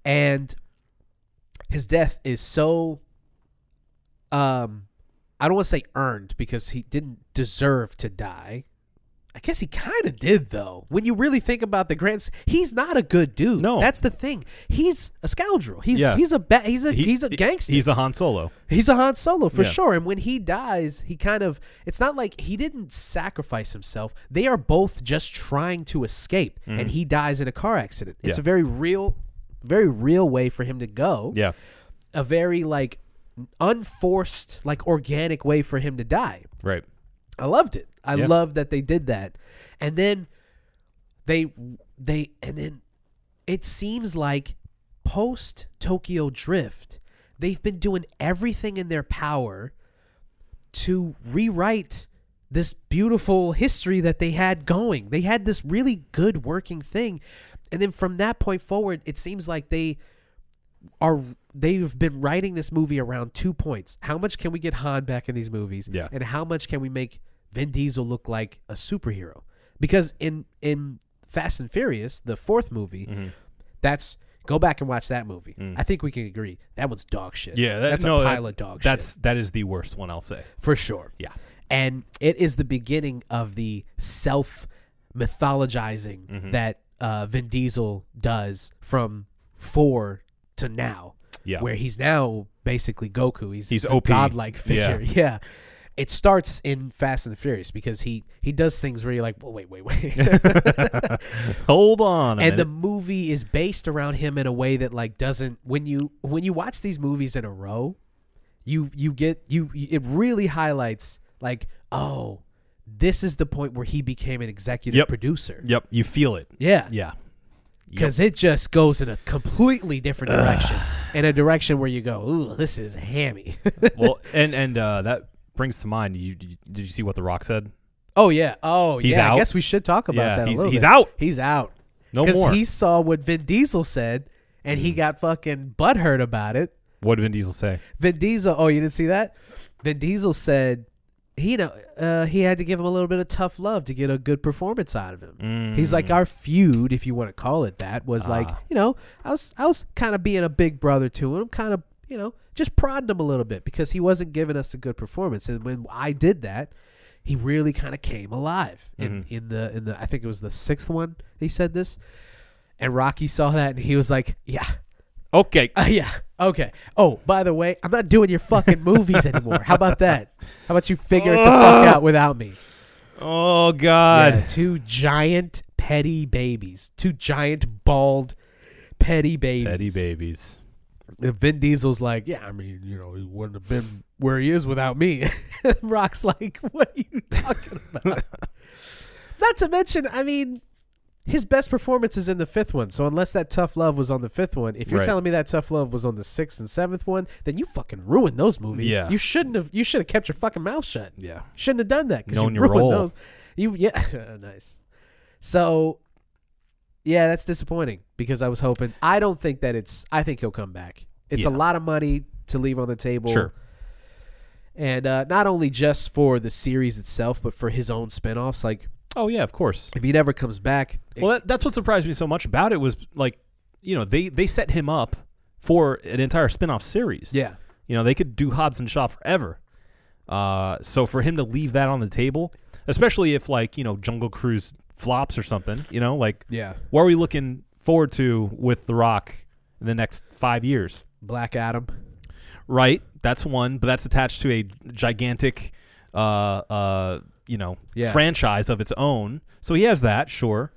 [SPEAKER 1] And his death is so um I don't want to say earned because he didn't deserve to die. I guess he kind of did though. When you really think about the grants, he's not a good dude.
[SPEAKER 2] No.
[SPEAKER 1] that's the thing. He's a scoundrel. He's
[SPEAKER 2] Yeah.
[SPEAKER 1] he's a ba- he's a
[SPEAKER 2] He-
[SPEAKER 1] he's a gangster.
[SPEAKER 2] He's a Han Solo.
[SPEAKER 1] He's a Han Solo for
[SPEAKER 2] Yeah.
[SPEAKER 1] sure. And when he dies, he kind of it's not like he didn't sacrifice himself. They are both just trying to escape and he dies in a car accident. It's
[SPEAKER 2] Mm-hmm. Yeah.
[SPEAKER 1] a very real very real way for him to go.
[SPEAKER 2] Yeah.
[SPEAKER 1] A very like unforced, like organic way for him to die.
[SPEAKER 2] Right.
[SPEAKER 1] I loved it. I
[SPEAKER 2] Yeah.
[SPEAKER 1] loved that they did that. And then they they and then it seems like post Tokyo Drift, they've been doing everything in their power to rewrite this beautiful history that they had going. They had this really good working thing. And then from that point forward, it seems like they are they've been writing this movie around two points. How much can we get Han back in these movies?
[SPEAKER 2] Yeah.
[SPEAKER 1] And how much can we make Vin Diesel look like a superhero? Because in in Fast and Furious, the fourth movie, that's go back and watch that movie. I think we can agree. That one's dog shit.
[SPEAKER 2] Mm. Yeah. that-
[SPEAKER 1] that's
[SPEAKER 2] no,
[SPEAKER 1] a
[SPEAKER 2] that-
[SPEAKER 1] pile of dog
[SPEAKER 2] That's that is the worst one I'll say.
[SPEAKER 1] shit. For sure.
[SPEAKER 2] Oh, Yeah.
[SPEAKER 1] And it is the beginning of the self mythologizing
[SPEAKER 2] Mm-hmm.
[SPEAKER 1] that uh, Vin Diesel does from four to now.
[SPEAKER 2] Yeah.
[SPEAKER 1] Where he's now basically Goku. He's
[SPEAKER 2] He's
[SPEAKER 1] a
[SPEAKER 2] OP.
[SPEAKER 1] godlike
[SPEAKER 2] Yeah.
[SPEAKER 1] figure. [laughs] Yeah. It starts in Fast and the Furious because he he does things where you're like, well, wait, wait,
[SPEAKER 2] [laughs]
[SPEAKER 1] wait.
[SPEAKER 2] Hold on. a
[SPEAKER 1] and the
[SPEAKER 2] minute.
[SPEAKER 1] movie is based around him in a way that like doesn't when you when you watch these movies in a row you you get you it really highlights like oh this is the point where he became an executive
[SPEAKER 2] Yep.
[SPEAKER 1] producer
[SPEAKER 2] Yep. You feel it.
[SPEAKER 1] yeah
[SPEAKER 2] [laughs] Yeah. Yep.
[SPEAKER 1] because it just goes in a completely different direction in a direction where you go ooh this is hammy [laughs]
[SPEAKER 2] well, and and uh, that brings to mind. You, you did you see what The Rock said?
[SPEAKER 1] oh yeah oh
[SPEAKER 2] He's
[SPEAKER 1] yeah
[SPEAKER 2] out?
[SPEAKER 1] I guess we should talk about
[SPEAKER 2] Yeah,
[SPEAKER 1] that a
[SPEAKER 2] he's-
[SPEAKER 1] little
[SPEAKER 2] he's
[SPEAKER 1] bit.
[SPEAKER 2] out.
[SPEAKER 1] he's out
[SPEAKER 2] No more. Mm.
[SPEAKER 1] he saw what Vin Diesel said and he got fucking butthurt about it
[SPEAKER 2] What did Vin Diesel say?
[SPEAKER 1] Vin Diesel. Oh, you didn't see that? Vin Diesel said he you know uh, he had to give him a little bit of tough love to get a good performance out of him.
[SPEAKER 2] Mm.
[SPEAKER 1] He's like our feud, if you want to call it that, was like
[SPEAKER 2] Ah.
[SPEAKER 1] you know I was I was kind of being a big brother to him, kind of you know just prodding him a little bit because he wasn't giving us a good performance, and when I did that. He really kind of came alive in, in the in the I think it was the sixth one. He said this, and Rocky saw that and he was like, "Yeah, [laughs]
[SPEAKER 2] Okay.
[SPEAKER 1] uh, yeah. Okay. Oh, by the way, I'm not doing your fucking movies anymore. How about that? How about you figure
[SPEAKER 2] [laughs]
[SPEAKER 1] it the fuck out without me?
[SPEAKER 2] Oh God.
[SPEAKER 1] Yeah, two giant petty babies. Two giant bald petty babies.
[SPEAKER 2] Petty babies.
[SPEAKER 1] And Vin Diesel's like, yeah, I mean, you know, he wouldn't have been where he is without me. [laughs] Rock's like, what are you talking
[SPEAKER 2] [laughs]
[SPEAKER 1] about? Not to mention, I mean, his best performance is in the fifth one. So unless that tough love was on the fifth one, if you're
[SPEAKER 2] Right.
[SPEAKER 1] telling me that tough love was on the sixth and seventh one, then you fucking ruined those movies.
[SPEAKER 2] Yeah.
[SPEAKER 1] You shouldn't have. You should have kept your fucking mouth shut.
[SPEAKER 2] Yeah.
[SPEAKER 1] Shouldn't have done that because you
[SPEAKER 2] Known your
[SPEAKER 1] ruined
[SPEAKER 2] role.
[SPEAKER 1] those. You yeah, [laughs] nice. So, yeah, that's disappointing because I was hoping. I don't think that it's. I think he'll come back. It's a
[SPEAKER 2] Yeah.
[SPEAKER 1] lot of money to leave on the table.
[SPEAKER 2] Sure.
[SPEAKER 1] And uh, not only just for the series itself, but for his own spinoffs. Like
[SPEAKER 2] Oh yeah, of course.
[SPEAKER 1] if he never comes back, it-
[SPEAKER 2] Well, that, that's what surprised me so much about it was like, you know, they they set him up for an entire spin-off series.
[SPEAKER 1] yeah,
[SPEAKER 2] You know, they could do Hobbs and Shaw forever. Uh, so for him to leave that on the table, especially if like you know Jungle Cruise flops or something, you know, like
[SPEAKER 1] yeah,
[SPEAKER 2] what are we looking forward to with The Rock in the next five years?
[SPEAKER 1] Black Adam.
[SPEAKER 2] Right, that's one, but that's attached to a gigantic, uh, uh, you know,
[SPEAKER 1] Yeah.
[SPEAKER 2] franchise of its own. So he has that, sure,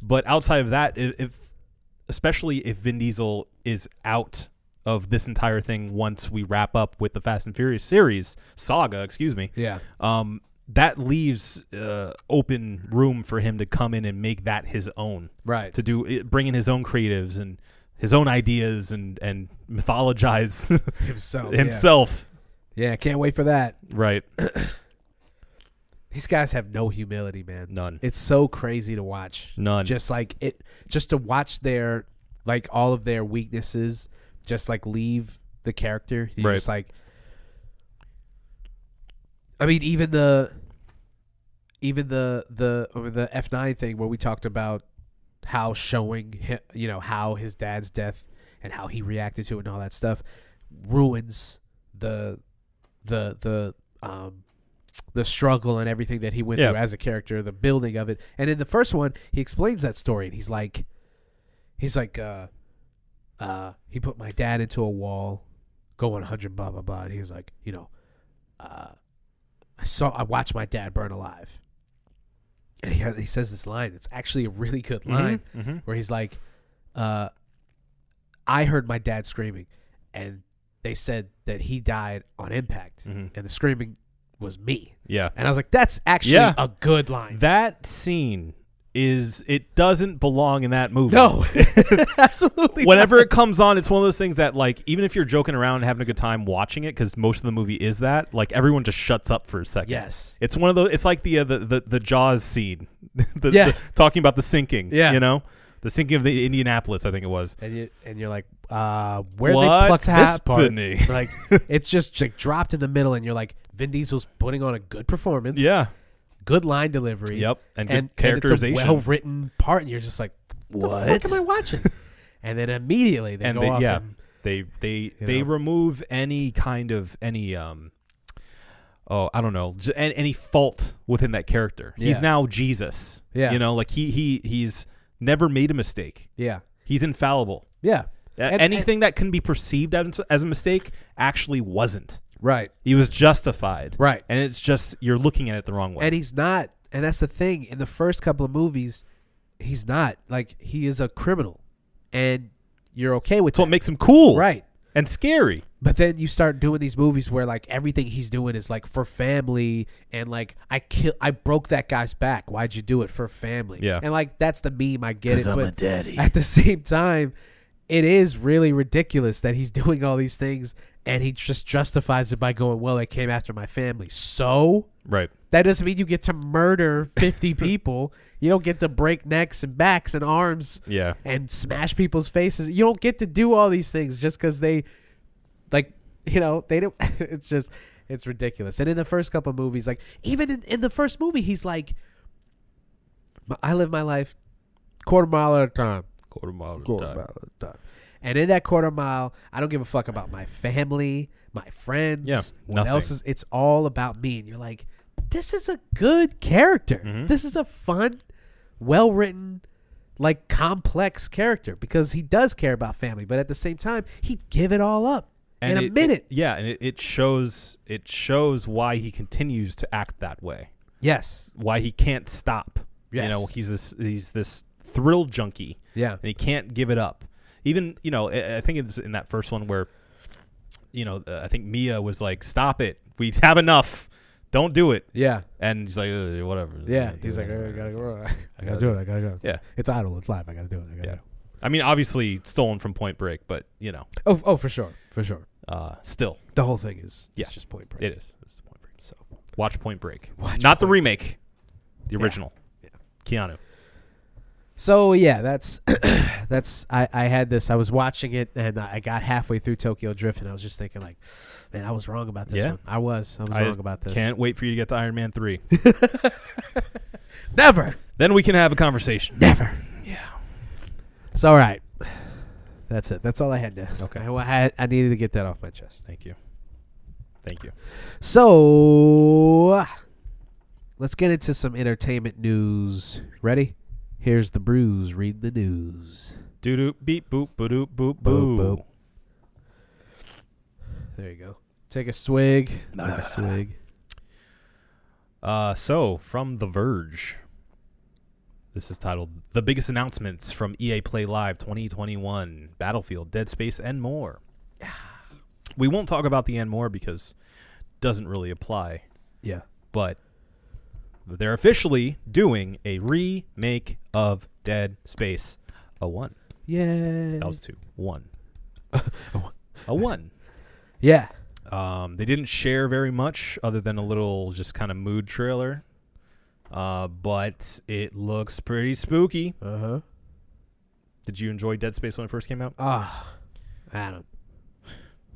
[SPEAKER 2] but outside of that, i- if especially if Vin Diesel is out of this entire thing once we wrap up with the Fast and Furious series saga, excuse me,
[SPEAKER 1] Yeah,
[SPEAKER 2] um, that leaves uh, open room for him to come in and make that his own.
[SPEAKER 1] Right.
[SPEAKER 2] To do it, bring in his own creatives and his own ideas and and mythologize [laughs]
[SPEAKER 1] himself.
[SPEAKER 2] himself.
[SPEAKER 1] Yeah. yeah, can't wait for that.
[SPEAKER 2] Right.
[SPEAKER 1] These guys have no humility, man.
[SPEAKER 2] None.
[SPEAKER 1] It's so crazy to watch.
[SPEAKER 2] None.
[SPEAKER 1] Just like it just to watch their like all of their weaknesses just like leave the character. You're
[SPEAKER 2] Right.
[SPEAKER 1] just like I mean even the even the the or the F9 thing where we talked about how showing him, you know, how his dad's death and how he reacted to it and all that stuff ruins the the the um the struggle and everything that he went
[SPEAKER 2] Yeah.
[SPEAKER 1] through as a character, the building of it. And in the first one, he explains that story and he's like he's like uh uh he put my dad into a wall going 100 blah blah blah and he was like, you know, uh I saw I watched my dad burn alive. And he, he says this line. It's actually a really good line
[SPEAKER 2] Mm-hmm.
[SPEAKER 1] where he's like, uh, I heard my dad screaming, and they said that he died on impact,
[SPEAKER 2] Mhm.
[SPEAKER 1] and the screaming was me.
[SPEAKER 2] Yeah.
[SPEAKER 1] And I was like, that's actually
[SPEAKER 2] Yeah.
[SPEAKER 1] a good line.
[SPEAKER 2] That scene is it doesn't belong in that movie.
[SPEAKER 1] no, [laughs] absolutely.
[SPEAKER 2] [laughs] Whenever
[SPEAKER 1] not.
[SPEAKER 2] it comes on, it's one of those things that like even if you're joking around and having a good time watching it because most of the movie is that, like everyone just shuts up for a
[SPEAKER 1] [laughs]
[SPEAKER 2] second.
[SPEAKER 1] yes,
[SPEAKER 2] It's one of those. It's like the uh, the, the the Jaws scene, [laughs] the,
[SPEAKER 1] Yes.
[SPEAKER 2] the- talking about the sinking.
[SPEAKER 1] Yeah.
[SPEAKER 2] you know, the sinking of the Indianapolis. I think it was.
[SPEAKER 1] and you and you're like, uh, where they plucked
[SPEAKER 2] What's
[SPEAKER 1] this part?
[SPEAKER 2] happening?
[SPEAKER 1] [laughs] Like, it's just like dropped in the middle, and you're like, Vin Diesel's putting on a good performance.
[SPEAKER 2] yeah.
[SPEAKER 1] good line delivery.
[SPEAKER 2] Yep. And, good
[SPEAKER 1] it's
[SPEAKER 2] characterization.
[SPEAKER 1] a well written part, and you're just like, what the fuck
[SPEAKER 2] What?
[SPEAKER 1] am I
[SPEAKER 4] [laughs]
[SPEAKER 1] watching? and then immediately they
[SPEAKER 2] and
[SPEAKER 1] go
[SPEAKER 2] they,
[SPEAKER 1] off.
[SPEAKER 2] yeah,
[SPEAKER 1] and-
[SPEAKER 2] they they they
[SPEAKER 1] know.
[SPEAKER 2] remove any kind of any um. Oh, I don't know. j- an- Any fault within that character?
[SPEAKER 1] Yeah.
[SPEAKER 2] He's now Jesus.
[SPEAKER 1] Yeah.
[SPEAKER 2] you know, like he he he's never made a mistake.
[SPEAKER 1] yeah,
[SPEAKER 2] He's infallible.
[SPEAKER 1] yeah,
[SPEAKER 2] A-
[SPEAKER 1] And-
[SPEAKER 2] Anything that can be perceived as, as a mistake actually wasn't.
[SPEAKER 1] right,
[SPEAKER 2] He was justified.
[SPEAKER 1] right.
[SPEAKER 2] And it's just you're looking at it the wrong way.
[SPEAKER 1] And he's not, and that's the thing. In the first couple of movies, he's not like he is a criminal, and you're okay with
[SPEAKER 2] That's what
[SPEAKER 1] that.
[SPEAKER 2] makes him cool.
[SPEAKER 1] right?
[SPEAKER 2] And scary.
[SPEAKER 1] But then you start doing these movies where like everything he's doing is like for family and like I kill I broke that guy's back. Why'd you do it for family?
[SPEAKER 2] Yeah.
[SPEAKER 1] And like that's the meme I get it.
[SPEAKER 4] I'm
[SPEAKER 1] but
[SPEAKER 4] a daddy.
[SPEAKER 1] At the [laughs] same time, it is really ridiculous that he's [laughs] doing all these things and he just justifies it by going, Well, they came after my family. So
[SPEAKER 2] Right.
[SPEAKER 1] that doesn't mean you get to murder fifty people. You don't get to break necks and backs and arms
[SPEAKER 2] Yeah.
[SPEAKER 1] and smash people's faces. You don't get to do all these things just because they, like, you know, they don't. [laughs] It's just, it's ridiculous. And in the first couple movies, like, even in, in the first movie, he's like, "M- I live my life quarter mile at a time.
[SPEAKER 2] Quarter mile.
[SPEAKER 1] at a time. And in that quarter mile, I don't give a fuck about my family, my friends,
[SPEAKER 2] Yeah,
[SPEAKER 1] what
[SPEAKER 2] nothing.
[SPEAKER 1] else is. It's all about me. And you're like, this is a good character.
[SPEAKER 2] Mhm.
[SPEAKER 1] This is a fun, well written, like complex character because he does care about family, but at the same time, he'd give it all up in a
[SPEAKER 2] it-
[SPEAKER 1] minute.
[SPEAKER 2] it- yeah, and it, it shows it shows why he continues to act that way.
[SPEAKER 1] yes.
[SPEAKER 2] Why he can't stop. You
[SPEAKER 1] Yes.
[SPEAKER 2] know, he's this he's this thrill junkie.
[SPEAKER 1] Yeah.
[SPEAKER 2] and he can't give it up. Even you know, I I think it's in that first one where, you know, uh, I think Mia was like, "Stop it, we [laughs] have enough, don't do it,"
[SPEAKER 1] Yeah.
[SPEAKER 2] and he's like, "Ugh, "Whatever."
[SPEAKER 1] Yeah.
[SPEAKER 2] Do
[SPEAKER 1] He's
[SPEAKER 2] it,
[SPEAKER 1] like, "Oh, I
[SPEAKER 2] whatever."
[SPEAKER 1] gotta go. [laughs] I
[SPEAKER 2] gotta
[SPEAKER 1] gotta
[SPEAKER 2] do
[SPEAKER 1] do it. I gotta go.
[SPEAKER 2] Yeah,
[SPEAKER 1] It's idle. It's live. I gotta do it. I gotta
[SPEAKER 2] yeah.
[SPEAKER 1] do it.
[SPEAKER 2] I mean, obviously stolen from Point Break, but you know,
[SPEAKER 1] Oh, oh, for sure. For sure.
[SPEAKER 2] uh, still
[SPEAKER 1] The whole thing is
[SPEAKER 2] Yeah.
[SPEAKER 1] it's just point break.
[SPEAKER 2] it is. It's Point Break. So watch Point Break,
[SPEAKER 1] Watch
[SPEAKER 2] not the
[SPEAKER 1] Point
[SPEAKER 2] remake, the original. Keanu.
[SPEAKER 1] So yeah, that's [clears throat] that's I, I had this. I was watching it and I got halfway through Tokyo Drift and I was just thinking like, man, I was wrong about this
[SPEAKER 2] Yeah.
[SPEAKER 1] one. I was. I was
[SPEAKER 2] I
[SPEAKER 1] wrong about this.
[SPEAKER 2] Can't wait for you to get to Iron Man three.
[SPEAKER 1] Never.
[SPEAKER 2] [laughs] then we can have a conversation.
[SPEAKER 1] Never. Yeah. It's all right. That's it. That's all I had to.
[SPEAKER 2] Okay.
[SPEAKER 1] I, I, had- I needed to get that off my chest.
[SPEAKER 2] Thank you. Thank you.
[SPEAKER 1] So let's get into some entertainment news. Ready? Here's the brews. Read the news.
[SPEAKER 2] Doo doo beep boop boo doop boop
[SPEAKER 1] Boop,
[SPEAKER 2] boo.
[SPEAKER 1] boop. There you go. Take a swig. Take
[SPEAKER 2] [laughs]
[SPEAKER 1] a swig.
[SPEAKER 2] Uh, so from The Verge, this is titled "The Biggest Announcements from EA Play Live 2021: Battlefield, Dead Space, and More." We won't talk about the and more because it doesn't really apply.
[SPEAKER 1] Yeah.
[SPEAKER 2] But They're officially doing a remake of Dead Space. A one.
[SPEAKER 1] Yeah.
[SPEAKER 2] That was two. One. [laughs] a one.
[SPEAKER 1] yeah.
[SPEAKER 2] Um, they didn't share very much other than a little just kind of mood trailer. Uh, but it looks pretty spooky.
[SPEAKER 1] Uh huh.
[SPEAKER 2] Did you enjoy Dead Space when it first came out?
[SPEAKER 1] Ah, Adam.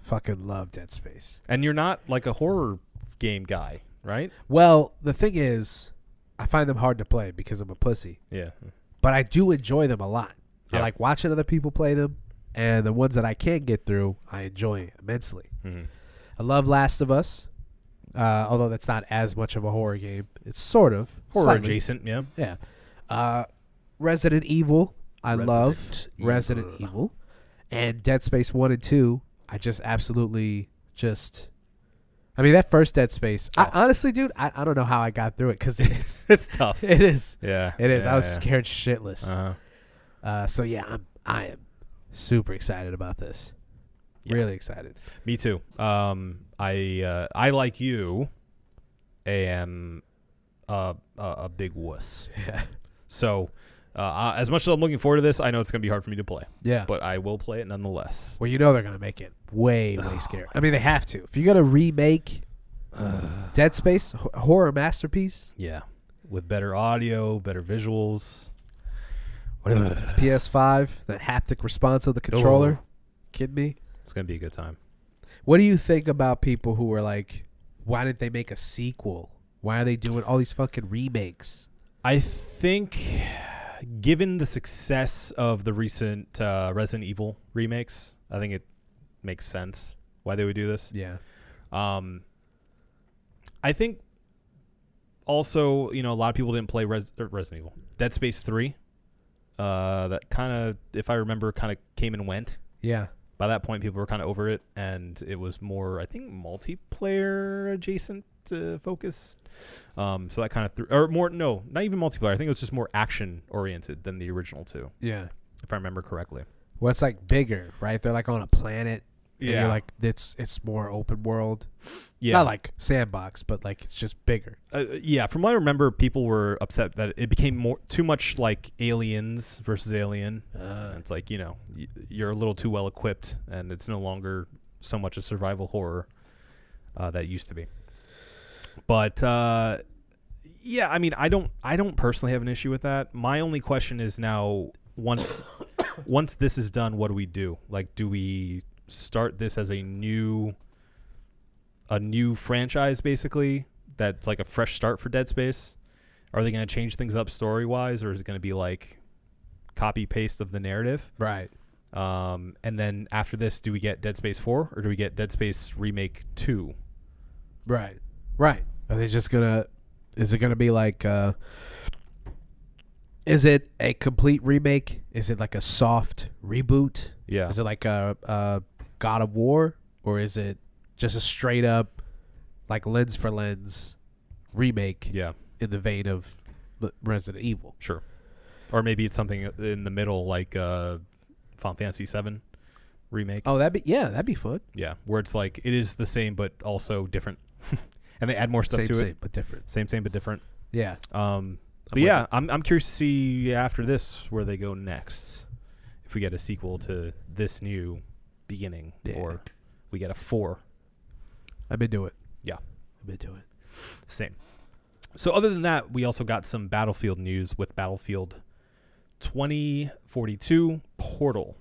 [SPEAKER 1] Fucking love Dead Space.
[SPEAKER 2] And you're not like a horror game guy, right?
[SPEAKER 1] Well, the thing is, I find them hard to play because I'm a pussy,
[SPEAKER 2] Yeah.
[SPEAKER 1] but I do enjoy them a lot. I
[SPEAKER 2] Yeah.
[SPEAKER 1] like watching other people play them, and the ones that I can get through, I enjoy immensely.
[SPEAKER 2] Mhm.
[SPEAKER 1] I love Last of Us, uh, although that's not as much of a horror game. It's sort of
[SPEAKER 2] Horror
[SPEAKER 1] slightly.
[SPEAKER 2] adjacent, yeah. [laughs]
[SPEAKER 1] Yeah. Uh, Resident Evil, I
[SPEAKER 2] Resident
[SPEAKER 1] loved Resident
[SPEAKER 2] Evil.
[SPEAKER 1] Evil, and Dead Space One and Two. I just absolutely just. I mean that first Dead Space. I, honestly, dude, I, I don't know how I got through it because [laughs] it's
[SPEAKER 2] Oh. [laughs] It's tough.
[SPEAKER 1] it is
[SPEAKER 2] Yeah.
[SPEAKER 1] it is.
[SPEAKER 2] yeah,
[SPEAKER 1] I was
[SPEAKER 2] yeah.
[SPEAKER 1] scared shitless.
[SPEAKER 2] Uh-huh.
[SPEAKER 1] Uh, so yeah, I'm I am super excited about this.
[SPEAKER 2] Yeah.
[SPEAKER 1] Really excited. [laughs]
[SPEAKER 2] Me too. Um, I uh, I like you, am uh, a a big wuss. [laughs]
[SPEAKER 1] Yeah.
[SPEAKER 2] So, uh, I- as much as I'm looking forward to this, I know it's gonna be hard for me to play,
[SPEAKER 1] Yeah.
[SPEAKER 2] but I will play it nonetheless.
[SPEAKER 1] well, you know they're gonna make it way
[SPEAKER 2] [sighs]
[SPEAKER 1] way scary. I mean they have to. If you're gonna remake Uh, Dead Space, h- horror masterpiece,
[SPEAKER 2] Yeah, with better audio, better visuals.
[SPEAKER 1] Uh, PS5, that haptic response of the controller. Kid me.
[SPEAKER 2] It's gonna be a good time.
[SPEAKER 1] What do you think about people who are like, why didn't they make a sequel? Why are they doing all these fucking remakes?
[SPEAKER 2] I think, given the success of the recent uh, Resident Evil remakes, I think it makes sense why they would do this.
[SPEAKER 1] Yeah.
[SPEAKER 2] Um, I think also, you know, a lot of people didn't play Res- er, Resident Evil, Dead Space Three. Uh, that kind of, if I remember, kind of came and went.
[SPEAKER 1] Yeah.
[SPEAKER 2] By that point, people were kind of over it, and it was more, I think, multiplayer adjacent uh, focus. Um, so that kind of threw, or more, no, not even multiplayer. I think it was just more action oriented than the original two,
[SPEAKER 1] Yeah.
[SPEAKER 2] if I remember correctly.
[SPEAKER 1] Well, it's like bigger, right? They're like on a planet. and
[SPEAKER 2] Yeah.
[SPEAKER 1] you're like it's it's more open world.
[SPEAKER 2] Yeah,
[SPEAKER 1] Not like sandbox, but like it's just bigger.
[SPEAKER 2] uh, yeah, from what I remember, people were upset that it became more too much like aliens versus alien. And it's like you know y- you're a little too well equipped, and it's no longer so much a survival horror uh, that it used to be. But uh, yeah, I mean, I don't, I don't personally have an issue with that. My only question is now once, [coughs] once this is done, what do we do? Like, do we start this as a new, a new franchise basically? That's like a fresh start for Dead Space. Are they going to change things up story wise, or is it going to be like copy paste of the narrative?
[SPEAKER 1] right.
[SPEAKER 2] Um, and then after this, do we get Dead Space 4 or do we get Dead Space Remake 2?
[SPEAKER 1] Right. Right. Are they just gonna is it gonna be like uh is it a complete remake? Is it like a soft reboot?
[SPEAKER 2] Yeah.
[SPEAKER 1] Is it like a, a God of War? Or is it just a straight up like lens for lens remake
[SPEAKER 2] Yeah,
[SPEAKER 1] in the vein of the Resident Evil?
[SPEAKER 2] sure. Or maybe it's something in the middle like uh, Final Fantasy 7 Remake.
[SPEAKER 1] Oh that'd be yeah, that'd be fun.
[SPEAKER 2] Yeah, where it's like it is the same but also different. [laughs] and they add more stuff
[SPEAKER 1] Same,
[SPEAKER 2] to
[SPEAKER 1] same,
[SPEAKER 2] it.
[SPEAKER 1] but different.
[SPEAKER 2] Same, same, but different.
[SPEAKER 1] Yeah.
[SPEAKER 2] Um, but
[SPEAKER 1] with
[SPEAKER 2] yeah, I'm, I'm curious to see after this where they go next. If we get a sequel to this new beginning
[SPEAKER 1] Yeah.
[SPEAKER 2] or we get a 4.
[SPEAKER 1] I'm into it.
[SPEAKER 2] Yeah.
[SPEAKER 1] I'm into it.
[SPEAKER 2] Same. So other than that, we also got some Battlefield news with Battlefield 2042 Portal,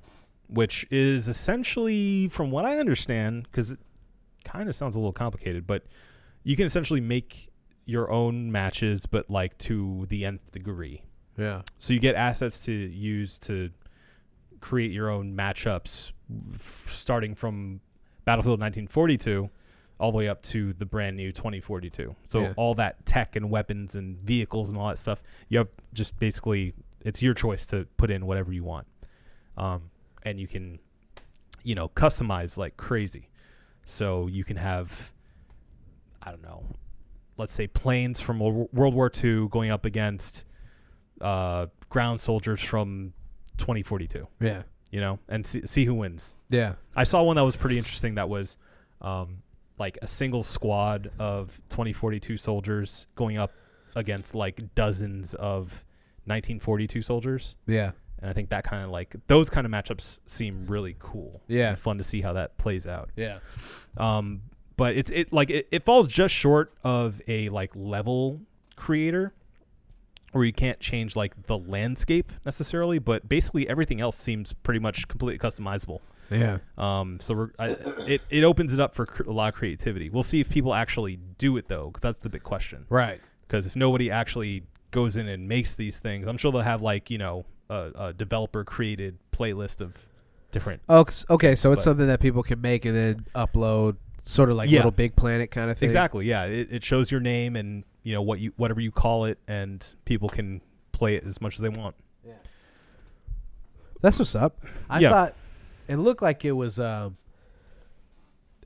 [SPEAKER 2] which is essentially from what I understand cuz it kind of sounds a little complicated, but you can essentially make your own matches but like to the nth degree.
[SPEAKER 1] Yeah.
[SPEAKER 2] So you get assets to use to create your own matchups, f- starting from Battlefield 1942 all the way up to the brand new 2042. So
[SPEAKER 1] Yeah.
[SPEAKER 2] all that tech and weapons and vehicles and all that stuff, you have just basically it's your choice to put in whatever you want, um, and you can, you know, customize like crazy. So you can have, I don't know, let's say planes from Wo- World War II going up against uh, ground soldiers from 2042,
[SPEAKER 1] Yeah.
[SPEAKER 2] you know, and see, see who wins.
[SPEAKER 1] Yeah.
[SPEAKER 2] I saw one that was pretty interesting that was um, like a single squad of 2042 soldiers going up against like dozens of 1942 soldiers,
[SPEAKER 1] Yeah.
[SPEAKER 2] and I think that kind of like those kind of matchups seem really cool.
[SPEAKER 1] Yeah.
[SPEAKER 2] and fun to see how that plays out.
[SPEAKER 1] Yeah.
[SPEAKER 2] Um, but it's it like it, it falls just short of a like level creator where you can't change like the landscape necessarily, but basically everything else seems pretty much completely customizable.
[SPEAKER 1] Yeah.
[SPEAKER 2] Um, so we're, I, it it opens it up for cr- a lot of creativity. We'll see if people actually do it though, because that's the big question.
[SPEAKER 1] Right.
[SPEAKER 2] Because if nobody actually goes in and makes these things, I'm sure they'll have like you know a, a developer created playlist of different.
[SPEAKER 1] Oh, c- okay. So it's
[SPEAKER 2] But-
[SPEAKER 1] something that people can make and then upload, sort of like
[SPEAKER 2] Yeah.
[SPEAKER 1] Little Big Planet kind of thing.
[SPEAKER 2] Exactly. Yeah. It, it shows your name and you know what you whatever you call it, and people can play it as much as they want.
[SPEAKER 1] That's what's up. I
[SPEAKER 2] Yeah.
[SPEAKER 1] thought it looked like it was. Um,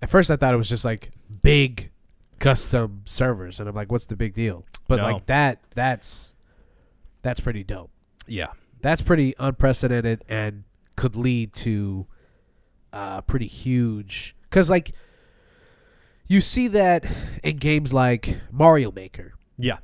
[SPEAKER 1] at first, I thought it was just like big custom servers, and I'm like, "What's the big deal?" But
[SPEAKER 2] No.
[SPEAKER 1] like that, that's that's pretty dope.
[SPEAKER 2] Yeah.
[SPEAKER 1] That's pretty unprecedented, and could lead to uh, pretty huge. Because like you see that in games like Mario Maker,
[SPEAKER 2] Yeah.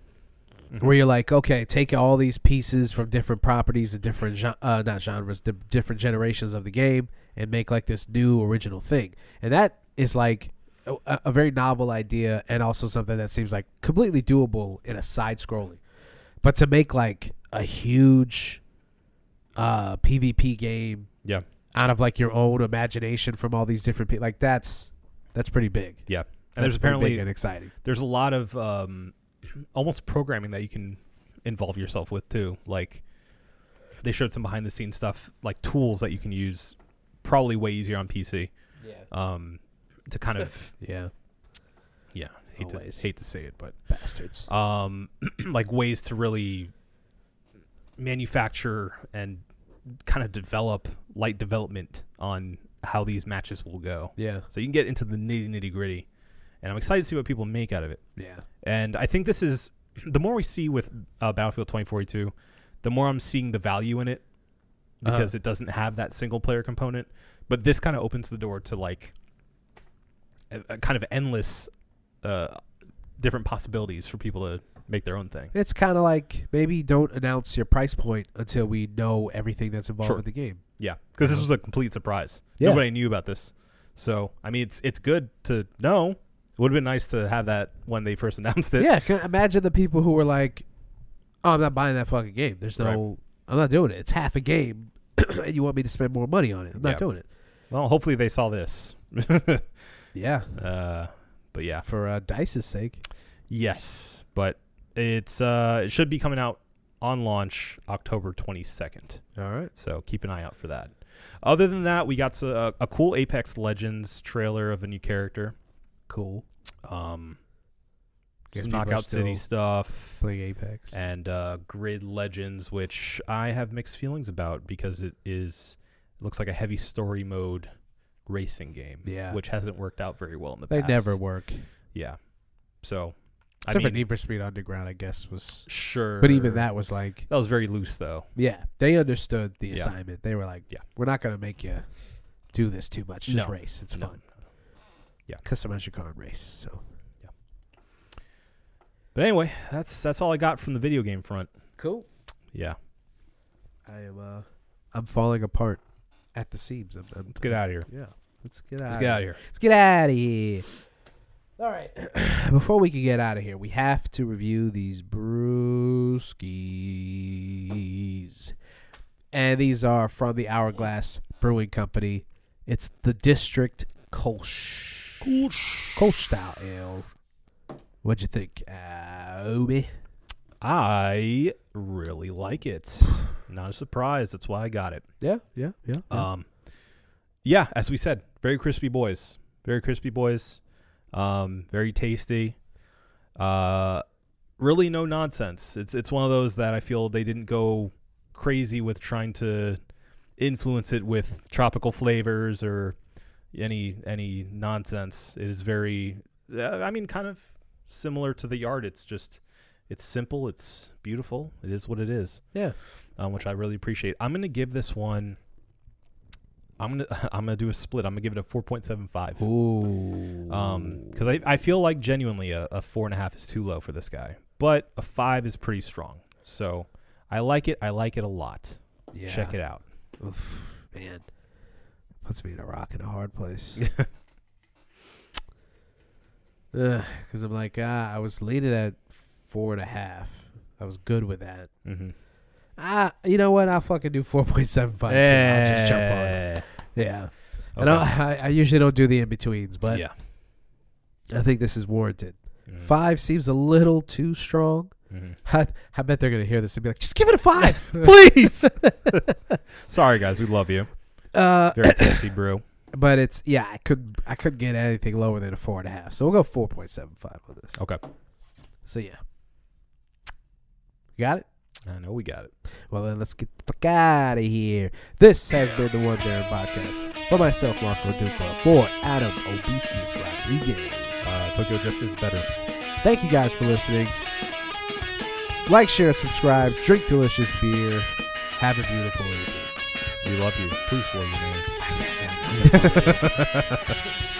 [SPEAKER 1] where you're like, okay, take all these pieces from different properties and different gen- uh, not genres, di- different generations of the game, and make like this new original thing. And that is like a, a very novel idea, and also something that seems like completely doable in a side scrolling. But to make like a huge uh, PvP game
[SPEAKER 2] Yeah.
[SPEAKER 1] out of like your own imagination from all these different people, like that's that's pretty big.
[SPEAKER 2] Yeah. And
[SPEAKER 1] That's
[SPEAKER 2] there's
[SPEAKER 1] pretty
[SPEAKER 2] apparently
[SPEAKER 1] big and exciting.
[SPEAKER 2] there's a lot of um, [clears throat] almost programming that you can involve yourself with too. Like they showed some behind the scenes stuff, like tools that you can use, probably way easier on PC.
[SPEAKER 1] Yeah.
[SPEAKER 2] Um, to
[SPEAKER 1] [laughs]
[SPEAKER 2] kind of
[SPEAKER 1] Yeah.
[SPEAKER 2] yeah, hate
[SPEAKER 1] Always.
[SPEAKER 2] to hate to say it, but
[SPEAKER 1] Bastards.
[SPEAKER 2] um, [clears throat] like ways to really manufacture and kind of develop light development on how these matches will go.
[SPEAKER 1] Yeah.
[SPEAKER 2] So you can get into the nitty nitty gritty, and I'm excited to see what people make out of it.
[SPEAKER 1] Yeah.
[SPEAKER 2] And I think this is [clears throat] the more we see with uh, Battlefield 2042, the more I'm seeing the value in it
[SPEAKER 1] Uh-huh.
[SPEAKER 2] because it doesn't have that single player component. But this kind of opens the door to like a, a kind of endless uh, different possibilities for people to make their own thing.
[SPEAKER 1] It's kind of like maybe don't announce your price point until we know everything that's involved
[SPEAKER 2] Sure.
[SPEAKER 1] with the game.
[SPEAKER 2] Yeah, because this was a complete surprise.
[SPEAKER 1] Uh-huh. Yeah.
[SPEAKER 2] Nobody knew about this. So I mean, it's it's good to know. It would have been nice to have that when they first [laughs] announced it.
[SPEAKER 1] yeah, can imagine the people who were like, "Oh, I'm not buying that fucking game. There's no, I'm not doing it. It's half a game, [clears throat] and you want me to spend more money on it? I'm not
[SPEAKER 2] Yeah.
[SPEAKER 1] doing it."
[SPEAKER 2] Well, hopefully they saw this. [laughs]
[SPEAKER 1] Yeah,
[SPEAKER 2] uh, but yeah.
[SPEAKER 1] for uh, Dice's sake.
[SPEAKER 2] Yes, but it's uh it should be coming out on launch October 22nd.
[SPEAKER 1] All right.
[SPEAKER 2] So keep an eye out for that. Other than that, we got s- a, a cool Apex Legends trailer of a new character.
[SPEAKER 1] Cool.
[SPEAKER 2] Um
[SPEAKER 1] Guess
[SPEAKER 2] some
[SPEAKER 1] people are
[SPEAKER 2] Knockout City
[SPEAKER 1] still
[SPEAKER 2] stuff
[SPEAKER 1] playing Apex.
[SPEAKER 2] and uh Grid Legends which I have mixed feelings about because it is it looks like a heavy story mode racing game
[SPEAKER 1] Yeah.
[SPEAKER 2] which hasn't worked out very well in the
[SPEAKER 1] They
[SPEAKER 2] past.
[SPEAKER 1] never work.
[SPEAKER 2] Yeah. So
[SPEAKER 1] Except
[SPEAKER 2] I
[SPEAKER 1] for
[SPEAKER 2] mean, e-
[SPEAKER 1] Need for Speed Underground, I guess was.
[SPEAKER 2] sure.
[SPEAKER 1] But even that was like,
[SPEAKER 2] that was very loose though.
[SPEAKER 1] yeah, they understood the
[SPEAKER 2] Yeah.
[SPEAKER 1] assignment. They were like,
[SPEAKER 2] Yeah.
[SPEAKER 1] we're not gonna make you do this too much. Just
[SPEAKER 2] No.
[SPEAKER 1] race. It's
[SPEAKER 2] No.
[SPEAKER 1] fun. customize your car and race. So
[SPEAKER 2] But anyway, that's that's all I got from the video game front.
[SPEAKER 1] cool.
[SPEAKER 2] Yeah,
[SPEAKER 1] I am. Uh, I'm falling apart at the seams. I'm, I'm,
[SPEAKER 2] let's get out of here.
[SPEAKER 1] yeah. Let's get out.
[SPEAKER 2] Let's get out of here.
[SPEAKER 1] Let's get out of here. All right. [clears throat] Before we can get out of here, we have to review these brewskis, and these are from the Hourglass Brewing Company. It's the District Kolsch. Kolsch. style ale. What'd you think, uh, Obi?
[SPEAKER 2] I really like it. Not a surprise. That's why I got it.
[SPEAKER 1] Yeah, yeah, yeah.
[SPEAKER 2] Um, yeah, as we said, very crispy boys. Very crispy boys. Um, very tasty. Uh, really no nonsense. It's it's one of those that I feel they didn't go crazy with trying to influence it with tropical flavors or any any nonsense. It is very, uh, I mean, kind of similar to the yard. It's just it's simple. It's beautiful. It is what it is
[SPEAKER 1] yeah.
[SPEAKER 2] um, which I really appreciate. I'm gonna give this one. I'm gonna [laughs] I'm gonna do a split. I'm gonna give it a 4.75.
[SPEAKER 1] Ooh.
[SPEAKER 2] Um, because I, I feel like genuinely a, a four and a half is too low for this guy, but a five is pretty strong. So I like it. I like it a lot.
[SPEAKER 1] Yeah.
[SPEAKER 2] Check it out.
[SPEAKER 1] Oof, man. Puts me in a rock in a hard [laughs] place. Because I'm like, ah, I was leading at four and a half. I was good with that.
[SPEAKER 2] Mm-hmm.
[SPEAKER 1] Ah, you know what? I'll fucking do [laughs] 4.75. too. I'll just jump on.
[SPEAKER 2] Eh,
[SPEAKER 1] Yeah. And I, I- I usually don't do the in betweens, but
[SPEAKER 2] yeah.
[SPEAKER 1] I think this is warranted.
[SPEAKER 2] Mhm.
[SPEAKER 1] Five seems a little too strong. [laughs]
[SPEAKER 2] Mhm.
[SPEAKER 1] I, I bet they're going to hear this and be like, just give it a five, [laughs] please.
[SPEAKER 2] [laughs] Sorry, guys. We love you.
[SPEAKER 1] uh, [coughs]
[SPEAKER 2] Very tasty brew.
[SPEAKER 1] but it's yeah, I could I could get anything lower than a four and a half. So we'll go four point seven five on this.
[SPEAKER 2] Okay.
[SPEAKER 1] So yeah, got it.
[SPEAKER 2] I know we got it.
[SPEAKER 1] Well then, let's get the fuck out of here. This has been the One Baron Podcast for myself, Marco Dupa, for Adam Obesius Rodriguez.
[SPEAKER 2] Uh, Tokyo Drift is better.
[SPEAKER 1] Thank you guys for listening. Like, share, subscribe, drink delicious beer, have a beautiful evening. [laughs]
[SPEAKER 2] We love you. Please, for you, man.